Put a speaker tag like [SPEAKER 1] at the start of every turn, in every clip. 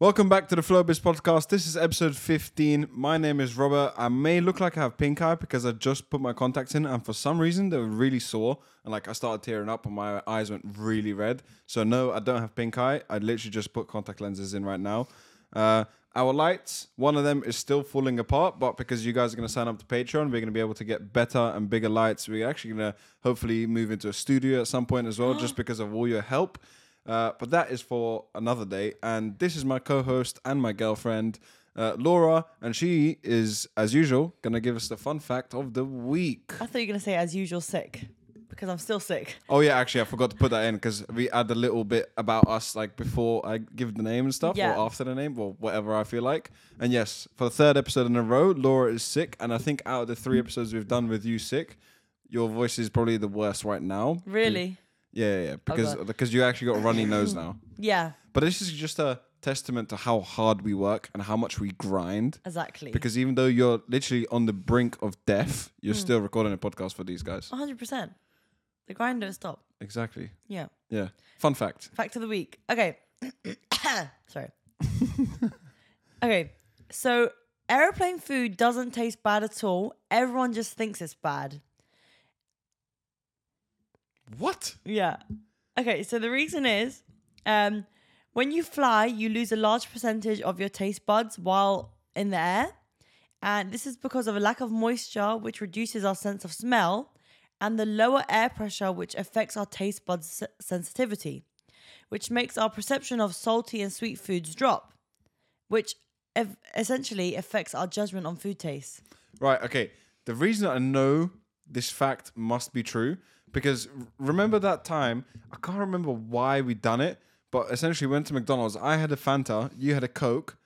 [SPEAKER 1] Welcome back to the Flowbiz podcast. This is episode 15. My name is Robert. I may look like I have pink eye because I just put my contacts in and for some reason they were really sore and like I started tearing up and my eyes went really red. So no, I don't have pink eye. I literally just put contact lenses in right now. Uh, our lights, one of them is still falling apart, but because you guys are going to sign up to Patreon, we're going to be able to get better and bigger lights. We're actually going to hopefully move into a studio at some point as well, just because of all your help. Uh, but that is for another day. And this is my co host and my girlfriend, uh, Laura, and she is, as usual, going to give us the fun fact of the week.
[SPEAKER 2] I thought you were going to say, as usual, sick, because I'm still sick.
[SPEAKER 1] Oh, yeah, actually, I forgot to put that in because we add a little bit about us, like before I give the name and stuff,
[SPEAKER 2] Yeah.
[SPEAKER 1] or after the name, or whatever I feel like. And yes, for the third episode in a row, Laura is sick. And I think out of the three episodes we've done with you sick, your voice is probably the worst right now.
[SPEAKER 2] Really?
[SPEAKER 1] Yeah, yeah, yeah because
[SPEAKER 2] Mm. Oh, God.
[SPEAKER 1] because you actually got a runny nose now.
[SPEAKER 2] Yeah,
[SPEAKER 1] But this is just a testament to how hard we work and how much we grind.
[SPEAKER 2] exactly.
[SPEAKER 1] Because even though you're literally on the brink of death, you're still recording a podcast for these
[SPEAKER 2] Oh.
[SPEAKER 1] guys.
[SPEAKER 2] 100%. The grind don't stop.
[SPEAKER 1] Exactly.
[SPEAKER 2] Yeah.
[SPEAKER 1] Yeah. Fun fact.
[SPEAKER 2] Fact of the week. Okay. Sorry. okay. So, aeroplane food doesn't taste bad at all. Everyone just thinks it's bad.
[SPEAKER 1] What?
[SPEAKER 2] Yeah. Okay, so the reason is um, when you fly, you lose a large percentage of your taste buds while in the air. And this is because of a lack of moisture, which reduces our sense of smell, and the lower air pressure, which affects our taste buds s- sensitivity, which makes our perception of salty and sweet foods drop, which ev- essentially affects our judgment on food taste.
[SPEAKER 1] Right. Okay. The reason I know this fact must be true because r- remember that time I can't remember why we done it, but essentially went to McDonald's. I had a Fanta, you had a Coke,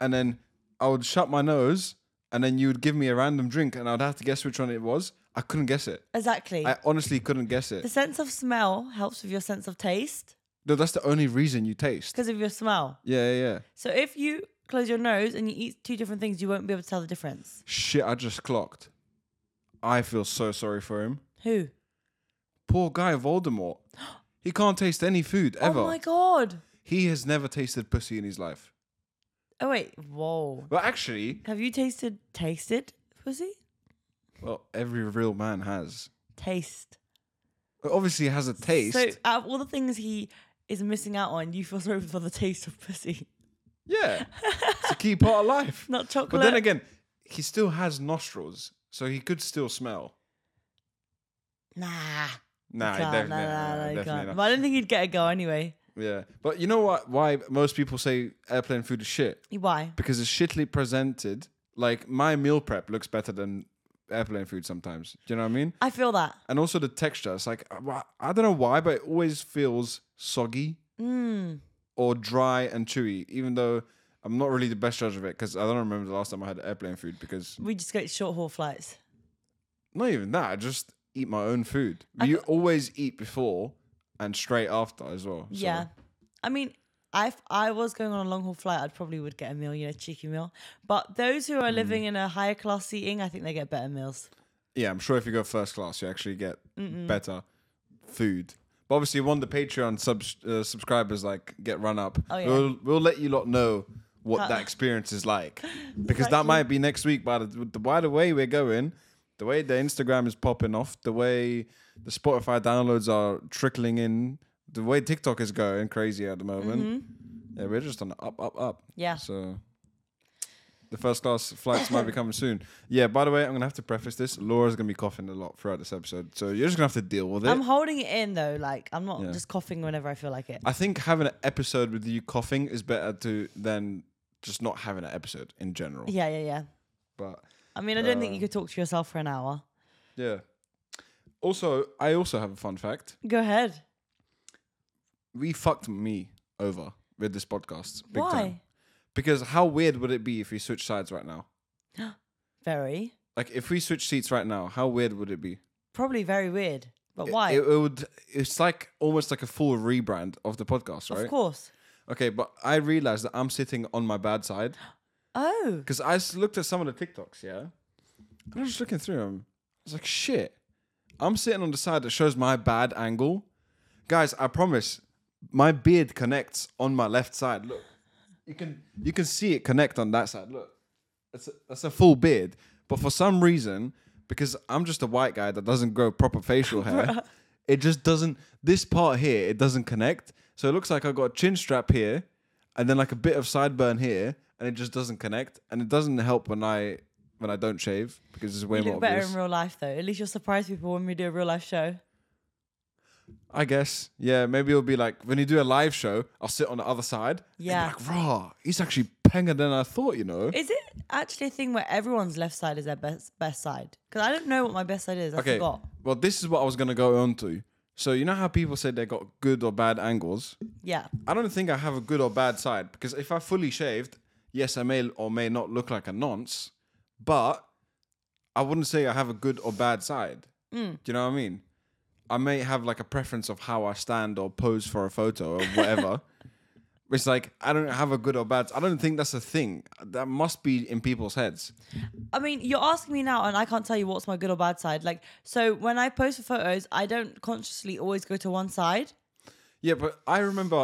[SPEAKER 1] and then I would shut my nose, and then you would give me a random drink, and I'd have to guess which one it was. I couldn't guess it.
[SPEAKER 2] Exactly.
[SPEAKER 1] I honestly couldn't guess
[SPEAKER 2] the
[SPEAKER 1] it.
[SPEAKER 2] sense of smell helps with your sense of taste
[SPEAKER 1] No, that's the only reason you taste.
[SPEAKER 2] because of your smell.
[SPEAKER 1] Yeah, yeah, yeah.
[SPEAKER 2] So if you close your nose and you eat two different things, you won't be able to tell the difference.
[SPEAKER 1] Shit, I just clocked. I feel so sorry for him.
[SPEAKER 2] Who?
[SPEAKER 1] Poor guy Voldemort. He can't taste any food ever.
[SPEAKER 2] Oh my god.
[SPEAKER 1] He has never tasted pussy in his life.
[SPEAKER 2] Oh wait. Whoa.
[SPEAKER 1] Well, actually,
[SPEAKER 2] Have you tasted tasted pussy?
[SPEAKER 1] well, every real man has.
[SPEAKER 2] Taste.
[SPEAKER 1] Obviously, it has a taste.
[SPEAKER 2] So out of all the things he is missing out on, you feel sorry for the taste of pussy.
[SPEAKER 1] yeah, it's a key part of life.
[SPEAKER 2] Not chocolate.
[SPEAKER 1] But then again, he still has nostrils, so he could still smell.
[SPEAKER 2] Nah.
[SPEAKER 1] Nah,
[SPEAKER 2] Nah,
[SPEAKER 1] definitely,
[SPEAKER 2] nah, nah,
[SPEAKER 1] nah,
[SPEAKER 2] nah, you
[SPEAKER 1] definitely
[SPEAKER 2] can't.
[SPEAKER 1] not.
[SPEAKER 2] But I don't think he'd get a go anyway.
[SPEAKER 1] Yeah, but you know what? Why most people say airplane food is shit
[SPEAKER 2] Why?
[SPEAKER 1] because it's shittily presented. Like my meal prep looks better than airplane food sometimes. Do you know what I mean?
[SPEAKER 2] I feel that.
[SPEAKER 1] And also the texture. It's like I I don't know why, but it always feels soggy.
[SPEAKER 2] Mm.
[SPEAKER 1] or dry and chewy, even though I'm not really the best judge of it because I don't remember the last time I had airplane food because
[SPEAKER 2] We just get short haul flights.
[SPEAKER 1] not even that, I just eat my own food. you always eat before and straight after as well. so-
[SPEAKER 2] Yeah. I mean, I if I was going on a long haul flight, I'd probably would get a meal, you know, cheeky meal. But those who are
[SPEAKER 1] Hmm.
[SPEAKER 2] living in a higher class seating, I think they get better meals.
[SPEAKER 1] Yeah, I'm sure if you go first class, you actually get better food. But obviously, one the Patreon subs- uh, subscribers like get run up.
[SPEAKER 2] Oh, yeah.
[SPEAKER 1] We'll we'll let you lot know what
[SPEAKER 2] How-
[SPEAKER 1] that experience is like because that might be next week. By the, the by the way we're going, the way the Instagram is popping off, the way the Spotify downloads are trickling in, the way TikTok is going crazy at the moment. Yeah, we're just on the up, up, up.
[SPEAKER 2] Mm-hmm. Yeah.
[SPEAKER 1] So the first class flights might be coming soon. Yeah, by the way, I'm gonna have to preface this. Laura's gonna be coughing a lot throughout this episode. So you're just gonna have to deal with it.
[SPEAKER 2] I'm holding it in though. Like I'm not
[SPEAKER 1] Yeah.
[SPEAKER 2] just coughing whenever I feel like it.
[SPEAKER 1] I think having an episode with you coughing is better to than just not having an episode in general.
[SPEAKER 2] Yeah, yeah, yeah.
[SPEAKER 1] But
[SPEAKER 2] I mean, I don't think you
[SPEAKER 1] Um,
[SPEAKER 2] could talk to yourself for an hour.
[SPEAKER 1] yeah. Also, I also have a fun fact.
[SPEAKER 2] Go ahead.
[SPEAKER 1] We fucked me over with this podcast. Big
[SPEAKER 2] Why?
[SPEAKER 1] Time. Because how weird would it be if we switch sides right now?
[SPEAKER 2] Very.
[SPEAKER 1] Like if we switch seats right now, how weird would it be?
[SPEAKER 2] Probably very weird. But
[SPEAKER 1] It-
[SPEAKER 2] why?
[SPEAKER 1] It, it would. It's like almost like a full rebrand of the podcast, right?
[SPEAKER 2] Of course.
[SPEAKER 1] Okay, but I realized that I'm sitting on my bad side
[SPEAKER 2] Oh.
[SPEAKER 1] because I s- looked at some of the TikToks, yeah. And I was just looking through them. I was like, shit, I'm sitting on the side that shows my bad angle. Guys, I promise, my beard connects on my left side. Look, You can you can see it connect on that side. Look, that's a, that's a full beard, but for some reason, because I'm just a white guy that doesn't grow proper facial hair, it just doesn't. This part here, it doesn't connect. So it looks like I got a chin strap here, and then like a bit of sideburn here, and it just doesn't connect. And it doesn't help when I when I don't shave because it's way
[SPEAKER 2] You
[SPEAKER 1] more
[SPEAKER 2] look better
[SPEAKER 1] obvious.
[SPEAKER 2] in real life, though. At least you'll surprise people when we do a real life show.
[SPEAKER 1] I guess. Yeah, maybe it'll be like when you do a live show, I'll sit on the other side. and be
[SPEAKER 2] Yeah.
[SPEAKER 1] like, raw, he's actually penger than I thought, you know?
[SPEAKER 2] Is it actually a thing where everyone's left side is their best best side? Because I don't know what my best side is. I
[SPEAKER 1] okay.
[SPEAKER 2] forgot.
[SPEAKER 1] Well, this is what I was going to go on to. So, you know how people say they got good or bad angles?
[SPEAKER 2] Yeah.
[SPEAKER 1] I don't think I have a good or bad side because if I fully shaved, yes, I may or may not look like a nonce, but I wouldn't say I have a good or bad side. Do you know what I mean? I may have like a preference of how I stand or pose for a photo or whatever. it's like I don't have a good or bad. I don't think that's a thing. That must be in people's heads.
[SPEAKER 2] I mean, you're asking me now, and I can't tell you what's my good or bad side. Like, so when I post for photos, I don't consciously always go to one side.
[SPEAKER 1] Yeah, but I remember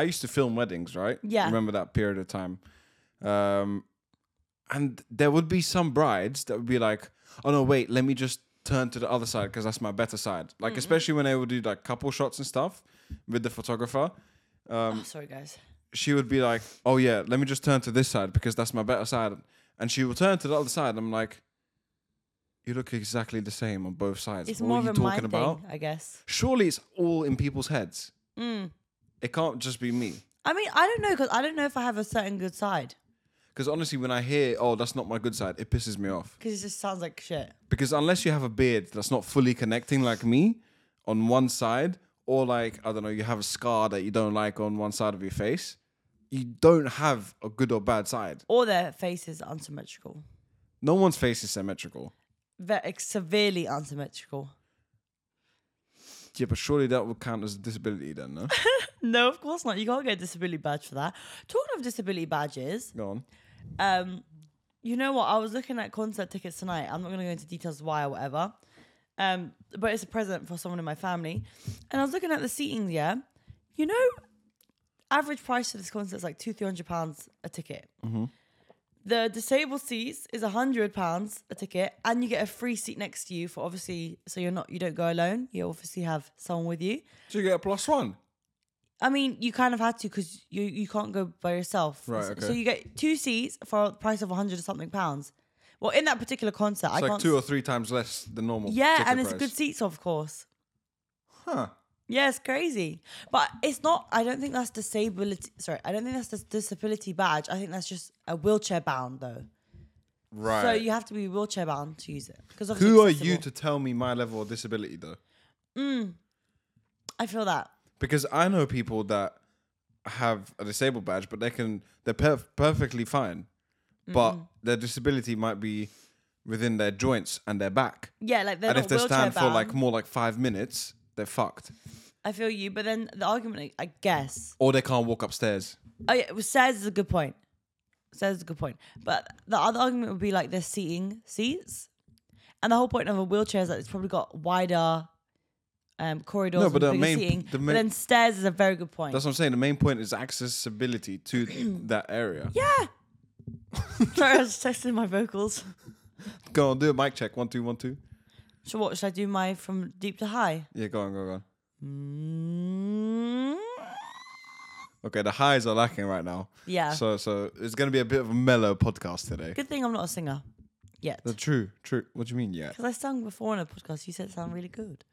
[SPEAKER 1] I used to film weddings, right?
[SPEAKER 2] Yeah.
[SPEAKER 1] Remember that period of time. Um and there would be some brides that would be like, "Oh no, wait, let me just turn to the other side because that's my better side." Like
[SPEAKER 2] Mm-hmm.
[SPEAKER 1] especially when they would do like couple shots and stuff with the photographer, Um,
[SPEAKER 2] oh, sorry, guys.
[SPEAKER 1] she would be like, "Oh yeah, let me just turn to this side because that's my better side." And she will turn to the other side. And I'm like, "You look exactly the same on both sides.
[SPEAKER 2] It's
[SPEAKER 1] what
[SPEAKER 2] more
[SPEAKER 1] are
[SPEAKER 2] of
[SPEAKER 1] you
[SPEAKER 2] a mind
[SPEAKER 1] talking about?"
[SPEAKER 2] thing, I guess.
[SPEAKER 1] Surely it's all in people's heads.
[SPEAKER 2] Mm.
[SPEAKER 1] It can't just be me.
[SPEAKER 2] I mean, I don't know because I don't know if I have a certain good side
[SPEAKER 1] Because honestly, when I hear, oh, that's not my good side, it pisses me off.
[SPEAKER 2] because it just sounds like shit.
[SPEAKER 1] Because unless you have a beard that's not fully connecting like me on one side, or like, I don't know, you have a scar that you don't like on one side of your face, you don't have a good or bad side.
[SPEAKER 2] Or their face is unsymmetrical,
[SPEAKER 1] No one's face is symmetrical.
[SPEAKER 2] very severely unsymmetrical.
[SPEAKER 1] Yeah, but surely that would count as a disability then, no?
[SPEAKER 2] No, of course not. You can't get a disability badge for that. Talking of disability badges,
[SPEAKER 1] Go on.
[SPEAKER 2] um, you know what? I was looking at concert tickets tonight. I'm not going to go into details why or whatever, um, but it's a present for someone in my family. And I was looking at the seating. Yeah, you know, average price for this concert is like two, three hundred pounds a ticket. The disabled seats is a hundred pounds a ticket, and you get a free seat next to you for obviously. So you're not, you don't go alone. You obviously have someone with you.
[SPEAKER 1] So you get a plus one.
[SPEAKER 2] I mean, you kind of had to because you you can't go by yourself.
[SPEAKER 1] Right,
[SPEAKER 2] So- So
[SPEAKER 1] okay.
[SPEAKER 2] you get two seats for the price of hundred or something pounds. Well, in that particular concert, I
[SPEAKER 1] It's like
[SPEAKER 2] can't.
[SPEAKER 1] two or three times less than normal.
[SPEAKER 2] yeah,
[SPEAKER 1] ticket
[SPEAKER 2] and it's
[SPEAKER 1] price.
[SPEAKER 2] good seats, of course.
[SPEAKER 1] Huh.
[SPEAKER 2] Yeah, it's crazy, but it's not. I don't think that's disability. Sorry, I don't think that's the disability badge. I think that's just a wheelchair bound though.
[SPEAKER 1] Right.
[SPEAKER 2] So you have to be wheelchair bound to use it. Because
[SPEAKER 1] Who are you to tell me my level of disability though?
[SPEAKER 2] I feel that.
[SPEAKER 1] because I know people that have a disabled badge, but they can they're perf- perfectly fine, but their disability might be within their joints and their back.
[SPEAKER 2] Yeah, like they're
[SPEAKER 1] and
[SPEAKER 2] not
[SPEAKER 1] if they
[SPEAKER 2] wheelchair
[SPEAKER 1] stand
[SPEAKER 2] bound.
[SPEAKER 1] for like more like five minutes, they're fucked,
[SPEAKER 2] I feel you, but then the argument, I guess,
[SPEAKER 1] or they can't walk upstairs.
[SPEAKER 2] Oh yeah, well, Says is a good point. Says is a good point. But the other argument would be like they're seating seats, and the whole point of a wheelchair is that it's probably got wider um, corridors
[SPEAKER 1] No,
[SPEAKER 2] and
[SPEAKER 1] but the
[SPEAKER 2] bigger
[SPEAKER 1] main-
[SPEAKER 2] seating.
[SPEAKER 1] the
[SPEAKER 2] but
[SPEAKER 1] main-
[SPEAKER 2] then stairs is a very good point.
[SPEAKER 1] That's what I'm saying. The main point is accessibility to that area. Yeah.
[SPEAKER 2] Sorry, I was just testing my vocals.
[SPEAKER 1] Go on, do a mic check. One, two, one, two.
[SPEAKER 2] So what should I do? My from deep to high.
[SPEAKER 1] Yeah, go on, go on, go on.
[SPEAKER 2] Mm,
[SPEAKER 1] Okay, the highs are lacking right now.
[SPEAKER 2] yeah.
[SPEAKER 1] So, so it's gonna be a bit of a mellow podcast today.
[SPEAKER 2] good thing I'm not a singer yet.
[SPEAKER 1] Uh, True, true. What do you mean? Yeah.
[SPEAKER 2] Because I sung before on a podcast. You said it sounded really good.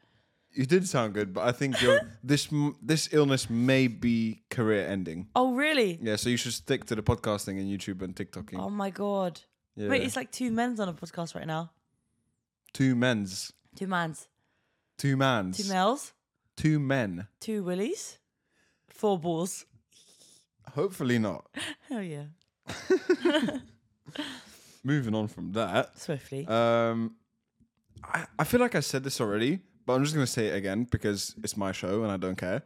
[SPEAKER 1] You did sound good, but I think your this m- this illness may be career ending.
[SPEAKER 2] Oh really?
[SPEAKER 1] Yeah, so you should stick to the podcasting and YouTube and TikToking.
[SPEAKER 2] Oh my god.
[SPEAKER 1] yeah.
[SPEAKER 2] Wait, it's like two men's on a podcast right now.
[SPEAKER 1] two men's,
[SPEAKER 2] Two mans.
[SPEAKER 1] two mans,
[SPEAKER 2] Two males.
[SPEAKER 1] two men.
[SPEAKER 2] two willies, four balls.
[SPEAKER 1] Hopefully not.
[SPEAKER 2] Hell yeah,
[SPEAKER 1] Moving on from that,
[SPEAKER 2] swiftly.
[SPEAKER 1] um, I I feel like I said this already, but I'm just gonna say it again because it's my show and I don't care.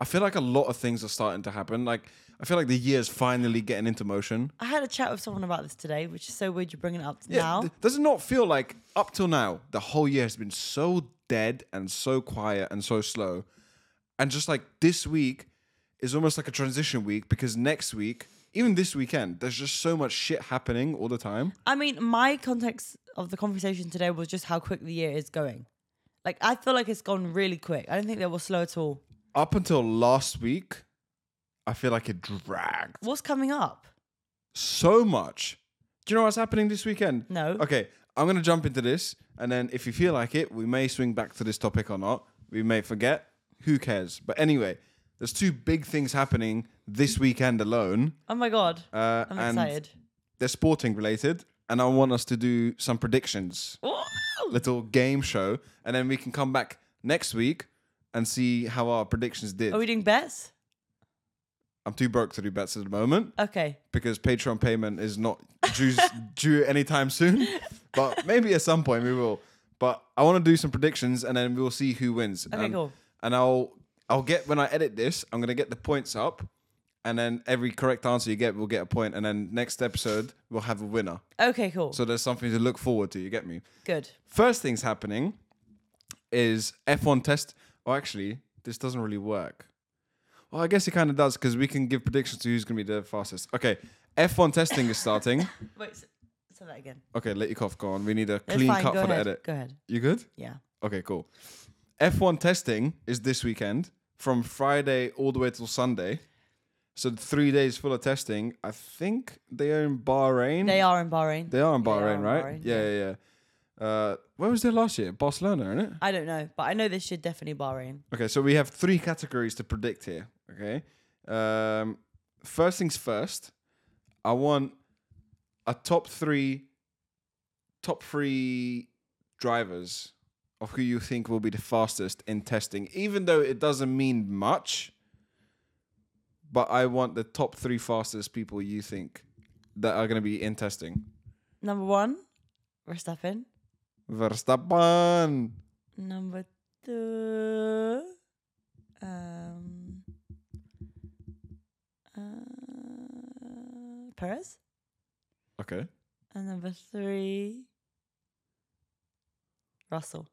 [SPEAKER 1] I feel like a lot of things are starting to happen. Like I feel like the year's finally getting into motion.
[SPEAKER 2] I had a chat with someone about this today, which is so weird you're bringing it up now.
[SPEAKER 1] th- does it not feel like up till now the whole year has been so dead and so quiet and so slow, and just like this week is almost like a transition week because next week even this weekend, there's just so much shit happening all the time.
[SPEAKER 2] I mean, my context of the conversation today was just how quick the year is going. Like, I feel like it's gone really quick. I don't think they were slow at all.
[SPEAKER 1] Up until last week, I feel like it dragged
[SPEAKER 2] What's coming up?
[SPEAKER 1] so much. Do you know what's happening this weekend?
[SPEAKER 2] No.
[SPEAKER 1] Okay, I'm gonna jump into this, and then if you feel like it, we may swing back to this topic or not. We may forget. Who cares? But anyway, there's two big things happening this weekend alone.
[SPEAKER 2] Oh my god,
[SPEAKER 1] Uh,
[SPEAKER 2] I'm
[SPEAKER 1] and
[SPEAKER 2] excited.
[SPEAKER 1] They're sporting related, and I want us to do some predictions,
[SPEAKER 2] Ooh!
[SPEAKER 1] little game show, and then we can come back next week and see how our predictions did.
[SPEAKER 2] Are we doing bets?
[SPEAKER 1] I'm too broke to do bets at the moment.
[SPEAKER 2] Okay.
[SPEAKER 1] because Patreon payment is not due, due anytime soon. But maybe at some point we will. But I want to do some predictions and then we'll see who wins.
[SPEAKER 2] Okay,
[SPEAKER 1] and,
[SPEAKER 2] cool.
[SPEAKER 1] And I'll I'll get when I edit this, I'm gonna get the points up, and then every correct answer you get will get a point, and then next episode we'll have a winner.
[SPEAKER 2] Okay, cool.
[SPEAKER 1] So there's something to look forward to. You get me?
[SPEAKER 2] Good.
[SPEAKER 1] First thing's happening is F1 test. Oh, actually, this doesn't really work. Well, I guess it kind of does because we can give predictions to who's going to be the fastest. Okay, F1 testing is starting.
[SPEAKER 2] Wait, s- say that again.
[SPEAKER 1] Okay, let your cough go on. We need a
[SPEAKER 2] It's
[SPEAKER 1] clean
[SPEAKER 2] fine.
[SPEAKER 1] cut
[SPEAKER 2] Go
[SPEAKER 1] for
[SPEAKER 2] ahead.
[SPEAKER 1] the edit.
[SPEAKER 2] Go ahead.
[SPEAKER 1] You good?
[SPEAKER 2] Yeah.
[SPEAKER 1] Okay, cool. F1 testing is this weekend from Friday all the way till Sunday. So three days full of testing. I think they are in Bahrain.
[SPEAKER 2] They are in Bahrain.
[SPEAKER 1] They are in
[SPEAKER 2] They are
[SPEAKER 1] Bahrain,
[SPEAKER 2] in
[SPEAKER 1] right?
[SPEAKER 2] Bahrain,
[SPEAKER 1] yeah, yeah, yeah. Uh, where was there last year? Barcelona, isn't it?
[SPEAKER 2] I don't know, but I know this should definitely Bahrain.
[SPEAKER 1] Okay, so we have three categories to predict here. Okay, um, first things first. I want a top three, top three drivers of who you think will be the fastest in testing, even though it doesn't mean much. But I want the top three fastest people you think that are going to be in testing.
[SPEAKER 2] Number one, Verstappen.
[SPEAKER 1] Verstappen.
[SPEAKER 2] Number two, um, uh, Perez.
[SPEAKER 1] Okay.
[SPEAKER 2] And number three, Russell.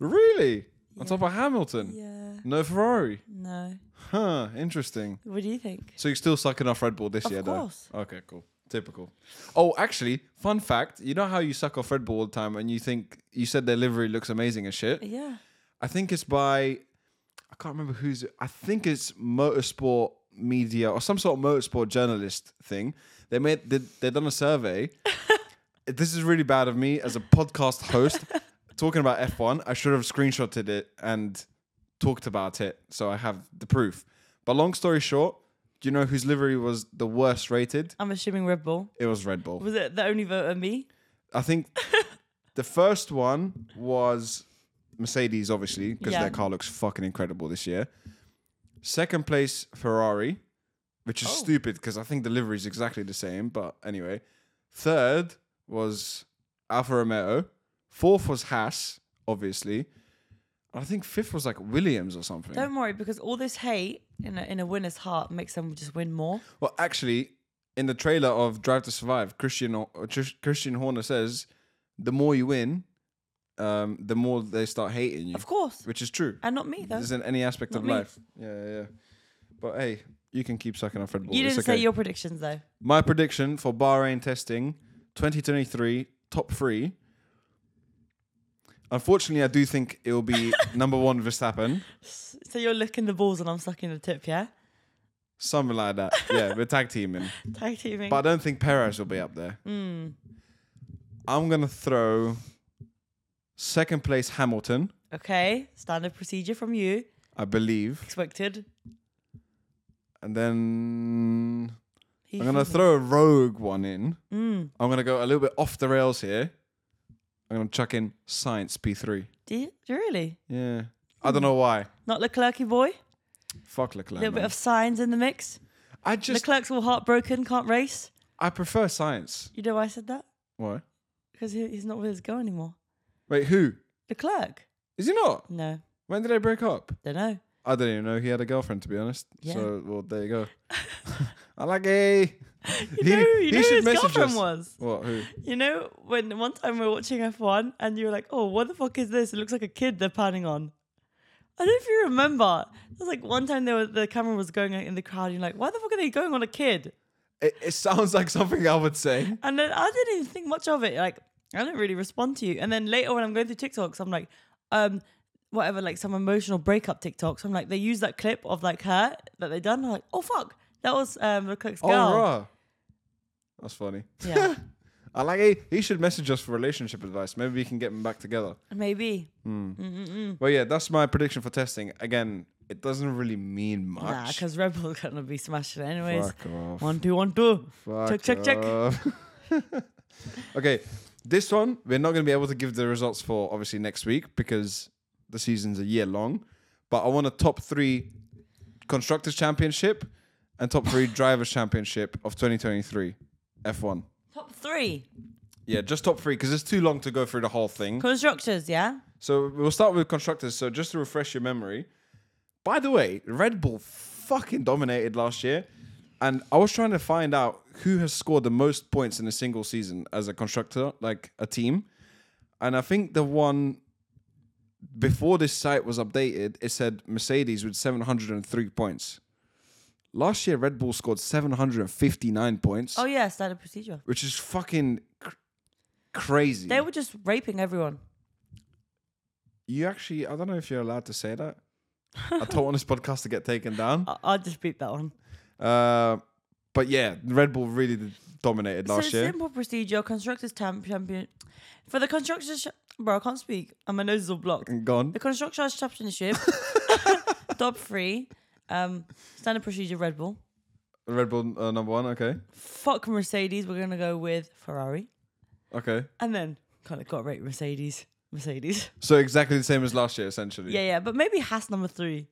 [SPEAKER 1] Really?
[SPEAKER 2] Yeah.
[SPEAKER 1] On top of Hamilton?
[SPEAKER 2] Yeah.
[SPEAKER 1] No Ferrari.
[SPEAKER 2] No.
[SPEAKER 1] Huh, interesting.
[SPEAKER 2] What do you think?
[SPEAKER 1] So you're still sucking off Red Bull this
[SPEAKER 2] Of
[SPEAKER 1] year,
[SPEAKER 2] course.
[SPEAKER 1] though? Okay, cool. Typical. Oh, actually, fun fact you know how you suck off Red Bull all the time and you think you said their livery looks amazing and shit?
[SPEAKER 2] Yeah.
[SPEAKER 1] I think it's by, I can't remember who's, I think it's Motorsport Media or some sort of motorsport journalist thing. They made, they, they done a survey. this is really bad of me as a podcast host talking about F1. I should have screenshotted it and talked about it, so I have the proof. But long story short, do you know whose livery was the worst rated?
[SPEAKER 2] I'm assuming Red Bull.
[SPEAKER 1] It was Red Bull.
[SPEAKER 2] Was it the only vote on me?
[SPEAKER 1] I think the first one was Mercedes, obviously, because
[SPEAKER 2] Yeah.
[SPEAKER 1] their car looks fucking incredible this year. Second place, Ferrari, which is
[SPEAKER 2] Oh.
[SPEAKER 1] stupid because I think the livery is exactly the same. But anyway, third was Alfa Romeo. Fourth was Haas, obviously. I think fifth was like Williams or something.
[SPEAKER 2] Don't worry, because all this hate in a, in a winner's heart makes them just win more.
[SPEAKER 1] Well, actually, in the trailer of Drive to Survive, Christian uh, Trish- Christian Horner says, "The more you win, um, the more they start hating you,"
[SPEAKER 2] Of course.
[SPEAKER 1] which is true.
[SPEAKER 2] And not me, though.
[SPEAKER 1] This isn't any aspect
[SPEAKER 2] Not
[SPEAKER 1] of
[SPEAKER 2] me.
[SPEAKER 1] life. Yeah, yeah. yeah. But hey, you can keep sucking off Red Bull.
[SPEAKER 2] You
[SPEAKER 1] It's
[SPEAKER 2] didn't
[SPEAKER 1] okay.
[SPEAKER 2] say your predictions, though.
[SPEAKER 1] My prediction for Bahrain testing 2023 top three. Unfortunately, I do think it will be number one Verstappen,
[SPEAKER 2] So you're licking the balls and I'm sucking the tip, yeah?
[SPEAKER 1] something like that. Yeah, we're tag teaming.
[SPEAKER 2] Tag teaming.
[SPEAKER 1] But I don't think Perez will be up there.
[SPEAKER 2] Mm.
[SPEAKER 1] I'm gonna throw second place Hamilton,
[SPEAKER 2] Okay. Standard procedure from you.
[SPEAKER 1] I believe,
[SPEAKER 2] Expected.
[SPEAKER 1] and then
[SPEAKER 2] Who
[SPEAKER 1] I'm
[SPEAKER 2] you
[SPEAKER 1] gonna
[SPEAKER 2] feeling?
[SPEAKER 1] throw a rogue one in.
[SPEAKER 2] Mm.
[SPEAKER 1] I'm gonna go a little bit off the rails here. I'm gonna chuck in science P3.
[SPEAKER 2] Do you, do you really?
[SPEAKER 1] Yeah, I don't know why.
[SPEAKER 2] Not Leclerc boy?
[SPEAKER 1] Fuck
[SPEAKER 2] A
[SPEAKER 1] Leclerc.
[SPEAKER 2] little bit
[SPEAKER 1] man.
[SPEAKER 2] of signs in the mix.
[SPEAKER 1] I just
[SPEAKER 2] Leclerc's all heartbroken, can't race.
[SPEAKER 1] I prefer science.
[SPEAKER 2] You know why I said that?
[SPEAKER 1] Why?
[SPEAKER 2] Because he, he's not with his girl anymore.
[SPEAKER 1] Wait, who
[SPEAKER 2] Leclerc?
[SPEAKER 1] is he not?
[SPEAKER 2] No,
[SPEAKER 1] When did they break up?
[SPEAKER 2] don't know.
[SPEAKER 1] I didn't even know he had a girlfriend, to be honest.
[SPEAKER 2] Yeah.
[SPEAKER 1] So, well, there you go. I like it.
[SPEAKER 2] You know, you know who his
[SPEAKER 1] message
[SPEAKER 2] girlfriend
[SPEAKER 1] us.
[SPEAKER 2] was.
[SPEAKER 1] What? Who?
[SPEAKER 2] You know, when one time we were watching F1 and you were like, oh, what the fuck is this? It looks like a kid they're panning on. I don't know if you remember. It was like one time there was, the camera was going in the crowd. You're like, why the fuck are they going on a kid?
[SPEAKER 1] It, it sounds like something I would say.
[SPEAKER 2] And then I didn't even think much of it. Like, I didn't really respond to you. And then later when I'm going through TikToks, I'm like, um, whatever, like some emotional breakup TikToks. I'm like, they use that clip of like her that they done. I'm like, oh fuck, that was um the cook's
[SPEAKER 1] Oh,
[SPEAKER 2] girl.
[SPEAKER 1] rah. That's funny.
[SPEAKER 2] Yeah,
[SPEAKER 1] I like he, he should message us for relationship advice. Maybe we can get him back together.
[SPEAKER 2] maybe. Mm.
[SPEAKER 1] Well, yeah, that's my prediction for testing. Again, it doesn't really mean much.
[SPEAKER 2] Nah, because Red Bull's gonna be smashing it anyways.
[SPEAKER 1] Fuck off.
[SPEAKER 2] One two one two.
[SPEAKER 1] Fuck
[SPEAKER 2] check check check.
[SPEAKER 1] off. okay, this one we're not going to be able to give the results for obviously next week because the season's a year long. But I want a top three constructors championship and top three drivers championship of 2023 F1.
[SPEAKER 2] Top three
[SPEAKER 1] Yeah, just top three because it's too long to go through the whole thing.
[SPEAKER 2] constructors. Yeah.
[SPEAKER 1] So we'll start with constructors. So just to refresh your memory, by the way, Red Bull fucking dominated last year, and I was trying to find out who has scored the most points in a single season as a constructor, like a team, and I think the one before this site was updated, it said Mercedes with 703 points. Last year, Red Bull scored 759 points,
[SPEAKER 2] Oh yeah, standard procedure.
[SPEAKER 1] which is fucking cr- crazy.
[SPEAKER 2] They were just raping everyone.
[SPEAKER 1] You actually, I don't know if you're allowed to say that. I don't want this podcast to get taken down.
[SPEAKER 2] I- I'll just beat that one.
[SPEAKER 1] Uh, but yeah, Red Bull really did- dominated last
[SPEAKER 2] so
[SPEAKER 1] year.
[SPEAKER 2] simple procedure. Constructors tam- champion for the constructors. Sh- bro, I can't speak, and my nose is all blocked.
[SPEAKER 1] Gone.
[SPEAKER 2] The constructors championship. top three. Um, standard procedure. Red Bull.
[SPEAKER 1] Red Bull uh, number one. Okay.
[SPEAKER 2] Fuck Mercedes. We're gonna go with Ferrari,
[SPEAKER 1] Okay.
[SPEAKER 2] and then kind of got to rate Mercedes. Mercedes.
[SPEAKER 1] So exactly the same as last year, essentially.
[SPEAKER 2] Yeah, yeah, but maybe Haas number three.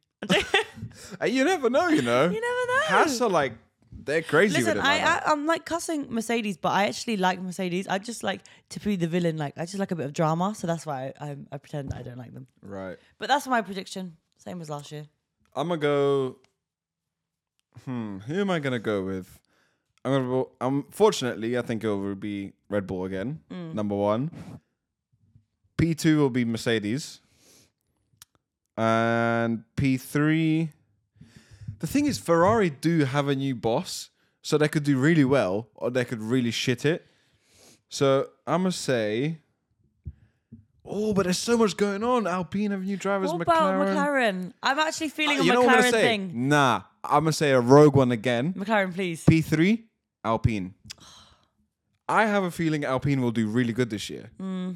[SPEAKER 1] Uh, you never know, you know.
[SPEAKER 2] You never know.
[SPEAKER 1] Haas are like, they're crazy
[SPEAKER 2] Listen,
[SPEAKER 1] with it.
[SPEAKER 2] I,
[SPEAKER 1] like
[SPEAKER 2] I
[SPEAKER 1] that.
[SPEAKER 2] I'm like cussing Mercedes, but I actually like Mercedes. I just like to be the villain. Like I just like a bit of drama, so that's why I I, I pretend I don't like them.
[SPEAKER 1] right.
[SPEAKER 2] But that's my prediction. Same as last year.
[SPEAKER 1] I'm going to go. Hmm. Who am I going to go with? I'm going to go. Um, fortunately, I think it will be Red Bull again,
[SPEAKER 2] Mm.
[SPEAKER 1] number one. P2 will be Mercedes. And P3. The thing is, Ferrari do have a new boss, so they could do really well or they could really shit it. So I'm going to say. Oh, but there's so much going on. Alpine have new drivers.
[SPEAKER 2] What about McLaren? I'm actually feeling
[SPEAKER 1] Uh, Ah, You
[SPEAKER 2] a
[SPEAKER 1] know what I'm gonna
[SPEAKER 2] McLaren
[SPEAKER 1] say?
[SPEAKER 2] thing.
[SPEAKER 1] Nah, I'm gonna say a rogue one again.
[SPEAKER 2] McLaren, please.
[SPEAKER 1] P3, Alpine. I have a feeling Alpine will do really good this year.
[SPEAKER 2] Hmm.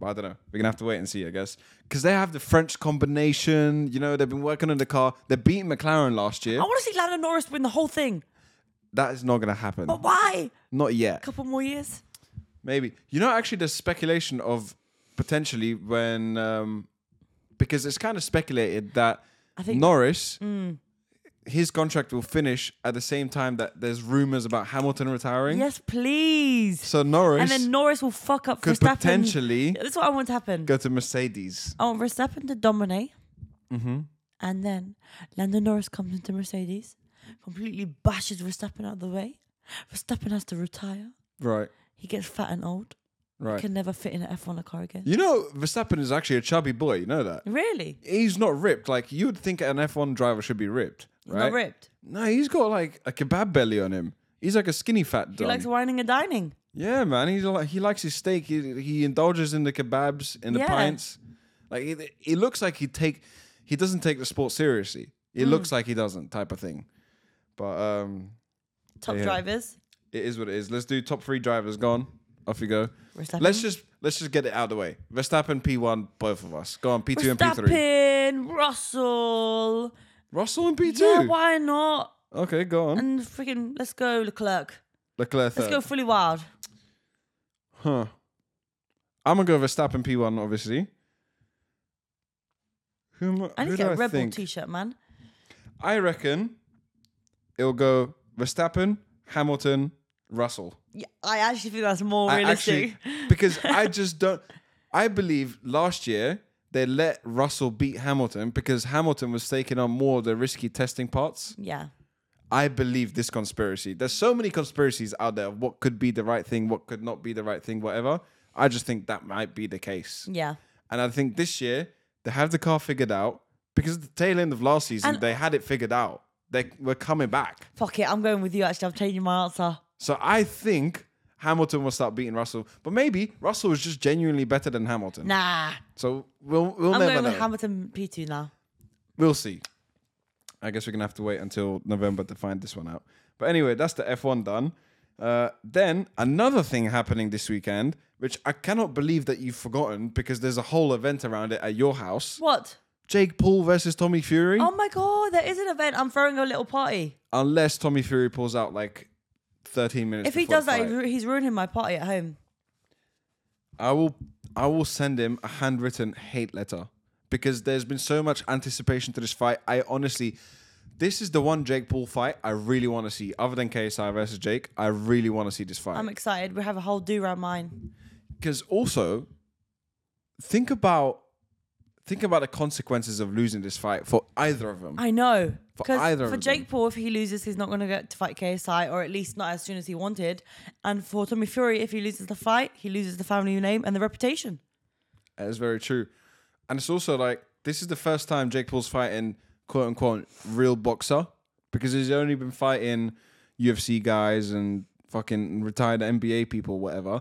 [SPEAKER 1] But I don't know. We're gonna have to wait and see, I guess, because they have the French combination. You know, they've been working on the car. They beat McLaren last year.
[SPEAKER 2] I want to see Lando Norris win the whole thing.
[SPEAKER 1] That is not gonna happen.
[SPEAKER 2] Oh, But why?
[SPEAKER 1] Not yet.
[SPEAKER 2] couple more years.
[SPEAKER 1] Maybe. You know, actually, there's speculation of potentially when, um, because it's kind of speculated that
[SPEAKER 2] I think- Mm.
[SPEAKER 1] Norris, his contract will finish at the same time that there's rumors about Hamilton retiring.
[SPEAKER 2] Yes, please.
[SPEAKER 1] So Norris
[SPEAKER 2] And then Norris will fuck up
[SPEAKER 1] could
[SPEAKER 2] Verstappen. uh,
[SPEAKER 1] potentially
[SPEAKER 2] That's what I want to happen.
[SPEAKER 1] go to Mercedes.
[SPEAKER 2] I want Verstappen Oh, to dominate.
[SPEAKER 1] Mm-hmm.
[SPEAKER 2] And then Lando Norris comes into Mercedes, completely bashes Verstappen out of the way. Verstappen has to retire.
[SPEAKER 1] Right,
[SPEAKER 2] He gets fat and old.
[SPEAKER 1] right.
[SPEAKER 2] Can never fit in an F1 car again.
[SPEAKER 1] you know, Verstappen is actually a chubby boy. You know that.
[SPEAKER 2] Really?
[SPEAKER 1] He's not ripped. Like, you would think an F1 driver should be ripped, right?
[SPEAKER 2] Not ripped.
[SPEAKER 1] No, he's got like a kebab belly on him. He's like a skinny fat
[SPEAKER 2] He
[SPEAKER 1] dog.
[SPEAKER 2] likes whining and dining.
[SPEAKER 1] Yeah, man. He's like he likes his steak. He, he indulges in the kebabs, in the
[SPEAKER 2] Yeah.
[SPEAKER 1] pints. Like it, it looks like he take he doesn't take the sport seriously. It
[SPEAKER 2] Mm.
[SPEAKER 1] looks like he doesn't type of thing. But um,
[SPEAKER 2] Top
[SPEAKER 1] Yeah.
[SPEAKER 2] drivers.
[SPEAKER 1] it is what it is. Let's do top three drivers. Gone. Off you go.
[SPEAKER 2] Verstappen.
[SPEAKER 1] Let's just let's just get it out of the way. Verstappen P one, both of us. Go on P two and P three.
[SPEAKER 2] Verstappen, Russell.
[SPEAKER 1] Russell and P two.
[SPEAKER 2] Yeah, why not?
[SPEAKER 1] okay, go on.
[SPEAKER 2] And freaking, let's go Leclerc.
[SPEAKER 1] Leclerc
[SPEAKER 2] Let's
[SPEAKER 1] third.
[SPEAKER 2] go fully wild.
[SPEAKER 1] Huh. I'm gonna go Verstappen P one, obviously. Who, am
[SPEAKER 2] I need
[SPEAKER 1] who do
[SPEAKER 2] to get
[SPEAKER 1] I
[SPEAKER 2] a Red Bull
[SPEAKER 1] think?
[SPEAKER 2] t-shirt, man.
[SPEAKER 1] I reckon it'll go Verstappen, Hamilton, Russell.
[SPEAKER 2] Yeah, I actually think that's more
[SPEAKER 1] I
[SPEAKER 2] realistic.
[SPEAKER 1] actually, because I just don't. I believe last year they let Russell beat Hamilton because Hamilton was taking on more of the risky testing parts.
[SPEAKER 2] yeah.
[SPEAKER 1] I believe this conspiracy. There's so many conspiracies out there of what could be the right thing, what could not be the right thing, whatever. I just think that might be the case.
[SPEAKER 2] Yeah.
[SPEAKER 1] And I think this year they have the car figured out because at the tail end of last season
[SPEAKER 2] And-
[SPEAKER 1] they had it figured out. They were coming back.
[SPEAKER 2] Fuck it, I'm going with you. Actually, I'm changing my answer.
[SPEAKER 1] So I think Hamilton will start beating Russell, but maybe Russell was just genuinely better than Hamilton.
[SPEAKER 2] Nah,
[SPEAKER 1] So we'll we'll
[SPEAKER 2] I'm
[SPEAKER 1] never
[SPEAKER 2] going
[SPEAKER 1] know.
[SPEAKER 2] with Hamilton P2 now.
[SPEAKER 1] we'll see. I guess we're gonna have to wait until November to find this one out. But anyway, that's the F1 done. Uh, then another thing happening this weekend, which I cannot believe that you've forgotten because there's a whole event around it at your house.
[SPEAKER 2] What?
[SPEAKER 1] Jake Paul versus Tommy Fury.
[SPEAKER 2] Oh my god, there is an event. I'm throwing a little party.
[SPEAKER 1] Unless Tommy Fury pulls out like 13 minutes.
[SPEAKER 2] If he
[SPEAKER 1] before
[SPEAKER 2] does
[SPEAKER 1] the
[SPEAKER 2] that,
[SPEAKER 1] fight.
[SPEAKER 2] he's ru- he's ruining my party at home.
[SPEAKER 1] I will I will send him a handwritten hate letter because there's been so much anticipation to this fight. I honestly this is the one Jake Paul fight I really want to see. Other than KSI versus Jake, I really want to see this
[SPEAKER 2] I'm
[SPEAKER 1] fight.
[SPEAKER 2] excited. We have a whole do round mine.
[SPEAKER 1] Because also think about think about the consequences of losing this fight for either of them.
[SPEAKER 2] I know.
[SPEAKER 1] For
[SPEAKER 2] 'Cause
[SPEAKER 1] either
[SPEAKER 2] for
[SPEAKER 1] of them.
[SPEAKER 2] Jake Paul, if he loses, he's not going to get to fight KSI, or at least not as soon as he wanted. And for Tommy Fury, if he loses the fight, he loses the family name and the reputation.
[SPEAKER 1] That is very true. And it's also like this is the first time Jake Paul's fighting quote unquote real boxer because he's only been fighting UFC guys and fucking retired NBA people, whatever.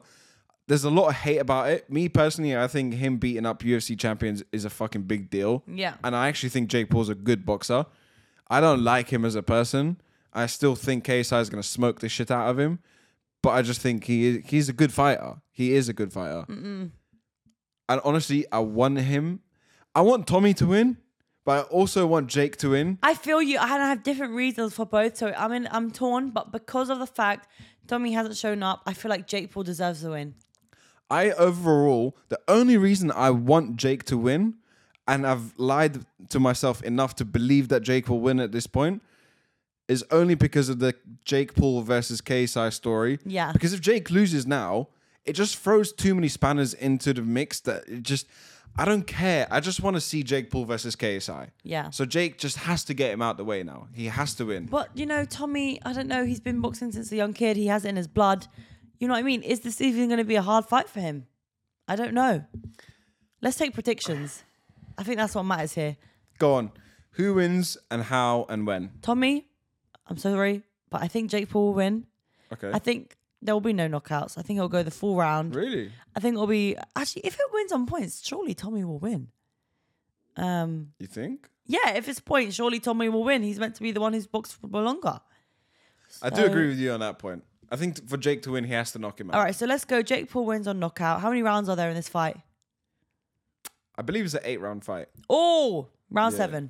[SPEAKER 1] There's a lot of hate about it. Me personally, I think him beating up UFC champions is a fucking big deal.
[SPEAKER 2] Yeah.
[SPEAKER 1] And I actually think Jake Paul's a good boxer. I don't like him as a person. I still think KSI is going to smoke the shit out of him. But I just think he is, he's a good fighter. He is a good fighter. And honestly, I want him. I want Tommy to win, but I also want Jake to win.
[SPEAKER 2] I feel you. I have different reasons for both, so I'm in, I'm torn. But because of the fact Tommy hasn't shown up, I feel like Jake Paul deserves the win.
[SPEAKER 1] I overall, the only reason I want Jake to win, and I've lied to myself enough to believe that Jake will win at this point, is only because of the Jake Paul versus KSI story.
[SPEAKER 2] Yeah.
[SPEAKER 1] Because if Jake loses now, it just throws too many spanners into the mix that it just. I don't care. I just want to see Jake Paul versus KSI.
[SPEAKER 2] Yeah.
[SPEAKER 1] So Jake just has to get him out the way now. He has to win.
[SPEAKER 2] But you know, Tommy, I don't know. He's been boxing since a young kid. He has it in his blood. You know what I mean? Is this even going to be a hard fight for him? I don't know. Let's take predictions. I think that's what matters here.
[SPEAKER 1] Go on. Who wins and how and when?
[SPEAKER 2] Tommy, I'm sorry, but I think Jake Paul will win.
[SPEAKER 1] Okay.
[SPEAKER 2] I think there will be no knockouts. I think it'll go the full round.
[SPEAKER 1] really?
[SPEAKER 2] I think it'll be actually if it wins on points, surely Tommy will win. Um,
[SPEAKER 1] You think?
[SPEAKER 2] yeah, if it's points, surely Tommy will win. He's meant to be the one who's boxed for longer.
[SPEAKER 1] I do agree with you on that point. I think t- for Jake to win, he has to knock him out.
[SPEAKER 2] All right, so let's go. Jake Paul wins on knockout. How many rounds are there in this fight?
[SPEAKER 1] I believe it's an eight round fight.
[SPEAKER 2] Oh, round
[SPEAKER 1] Yeah.
[SPEAKER 2] seven.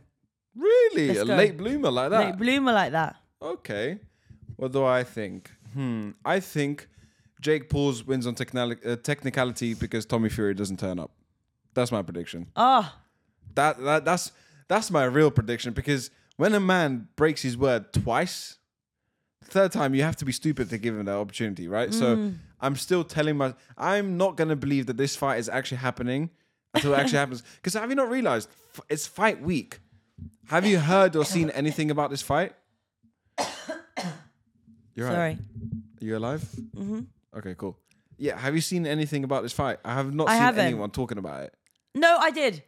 [SPEAKER 1] Really?
[SPEAKER 2] Let's
[SPEAKER 1] a
[SPEAKER 2] go.
[SPEAKER 1] late bloomer like that?
[SPEAKER 2] Late bloomer like that.
[SPEAKER 1] okay. What do I think? Hmm. I think Jake Paul's wins on technali- uh, technicality because Tommy Fury doesn't turn up. That's my prediction.
[SPEAKER 2] Oh,
[SPEAKER 1] That, that that's that's my real prediction because when a man breaks his word twice, third time you have to be stupid to give him that opportunity, right? So
[SPEAKER 2] Mm.
[SPEAKER 1] I'm still telling my I'm not gonna believe that this fight is actually happening until it actually happens. Because have you not realized f- it's fight week? Have you heard or seen anything about this fight? You're right.
[SPEAKER 2] sorry.
[SPEAKER 1] You alive? Mm-hmm. Okay, cool. Yeah, have you seen anything about this fight? I have not
[SPEAKER 2] I
[SPEAKER 1] seen
[SPEAKER 2] haven't.
[SPEAKER 1] anyone talking about it.
[SPEAKER 2] No, I did.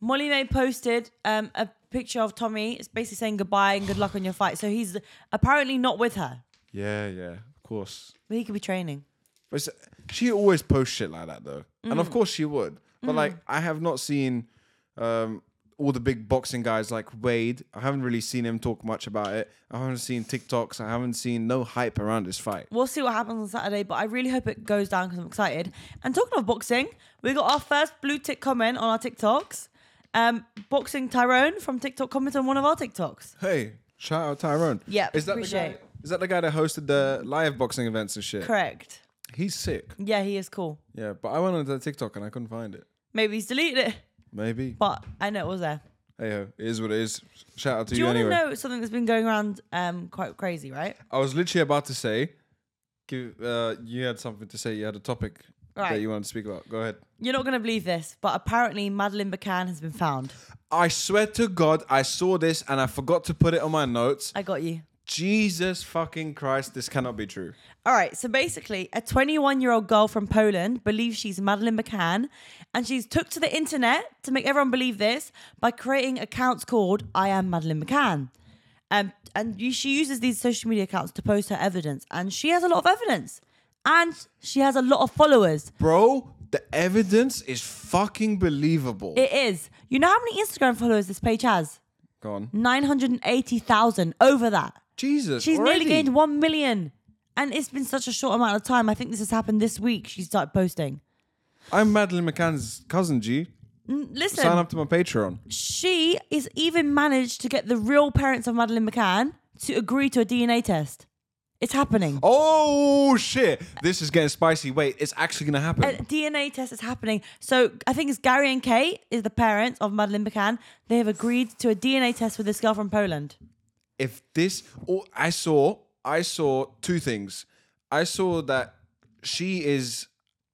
[SPEAKER 2] Molly May posted um, a picture of Tommy. It's basically saying goodbye and good luck on your fight. So he's apparently not with her,
[SPEAKER 1] Yeah, yeah, of course.
[SPEAKER 2] but he could be training.
[SPEAKER 1] But it's- she always posts shit like that though, and
[SPEAKER 2] Mm.
[SPEAKER 1] of course she would. But like, I have not seen um, all the big boxing guys like Wade. I haven't really seen him talk much about it. I haven't seen TikToks. I haven't seen no hype around this fight.
[SPEAKER 2] We'll see what happens on Saturday, but I really hope it goes down because I'm excited. And talking of boxing, we got our first blue tick comment on our TikToks. Um, boxing Tyrone from TikTok commented on one of our TikToks.
[SPEAKER 1] Hey, shout out Tyrone.
[SPEAKER 2] Yeah,
[SPEAKER 1] is that the guy?
[SPEAKER 2] appreciate.
[SPEAKER 1] Is that the guy that hosted the live boxing events and shit?
[SPEAKER 2] Correct.
[SPEAKER 1] He's sick.
[SPEAKER 2] Yeah, he is cool.
[SPEAKER 1] Yeah, but I went onto the TikTok and I couldn't find it.
[SPEAKER 2] Maybe he's deleted it,
[SPEAKER 1] Maybe.
[SPEAKER 2] but I know it was there.
[SPEAKER 1] Hey ho, it is what it is. Shout out to
[SPEAKER 2] Do
[SPEAKER 1] you,
[SPEAKER 2] you want
[SPEAKER 1] anyway.
[SPEAKER 2] to know something that's been going around um, quite crazy, right?
[SPEAKER 1] I was literally about to say, give, uh, you had something to say. You had a topic that
[SPEAKER 2] Right.
[SPEAKER 1] you wanted to speak about. Go ahead.
[SPEAKER 2] You're not going to believe this, but apparently Madeline McCann has been found.
[SPEAKER 1] I swear to God, I saw this and I forgot to put it on my notes.
[SPEAKER 2] I got you.
[SPEAKER 1] Jesus fucking Christ, this cannot be true.
[SPEAKER 2] All right, so basically, a 21 year old girl from Poland believes she's Madeline McCann, and she's took to the internet to make everyone believe this by creating accounts called I Am Madeline McCann. Um, and you- she uses these social media accounts to post her evidence, and she has a lot of evidence, and she has a lot of followers.
[SPEAKER 1] Bro, the evidence is fucking believable.
[SPEAKER 2] It is. You know how many Instagram followers this page has?
[SPEAKER 1] Go on.
[SPEAKER 2] Nine hundred and eighty thousand. Over that.
[SPEAKER 1] Jesus.
[SPEAKER 2] She's
[SPEAKER 1] already?
[SPEAKER 2] nearly gained 1 million. And it's been such a short amount of time. I think this has happened this week. She started posting.
[SPEAKER 1] I'm Madeline McCann's cousin, G.
[SPEAKER 2] N- Listen,
[SPEAKER 1] Sign up to my Patreon.
[SPEAKER 2] she is even managed to get the real parents of Madeline McCann to agree to a DNA test. It's happening.
[SPEAKER 1] Oh shit! This is getting spicy. Wait, it's actually gonna happen.
[SPEAKER 2] A DNA test is happening. So I think it's Gary and Kate is the parents of Madeline McCann. They have agreed to a DNA test with this girl from Poland.
[SPEAKER 1] if this, oh, I saw, I saw two things. I saw that she is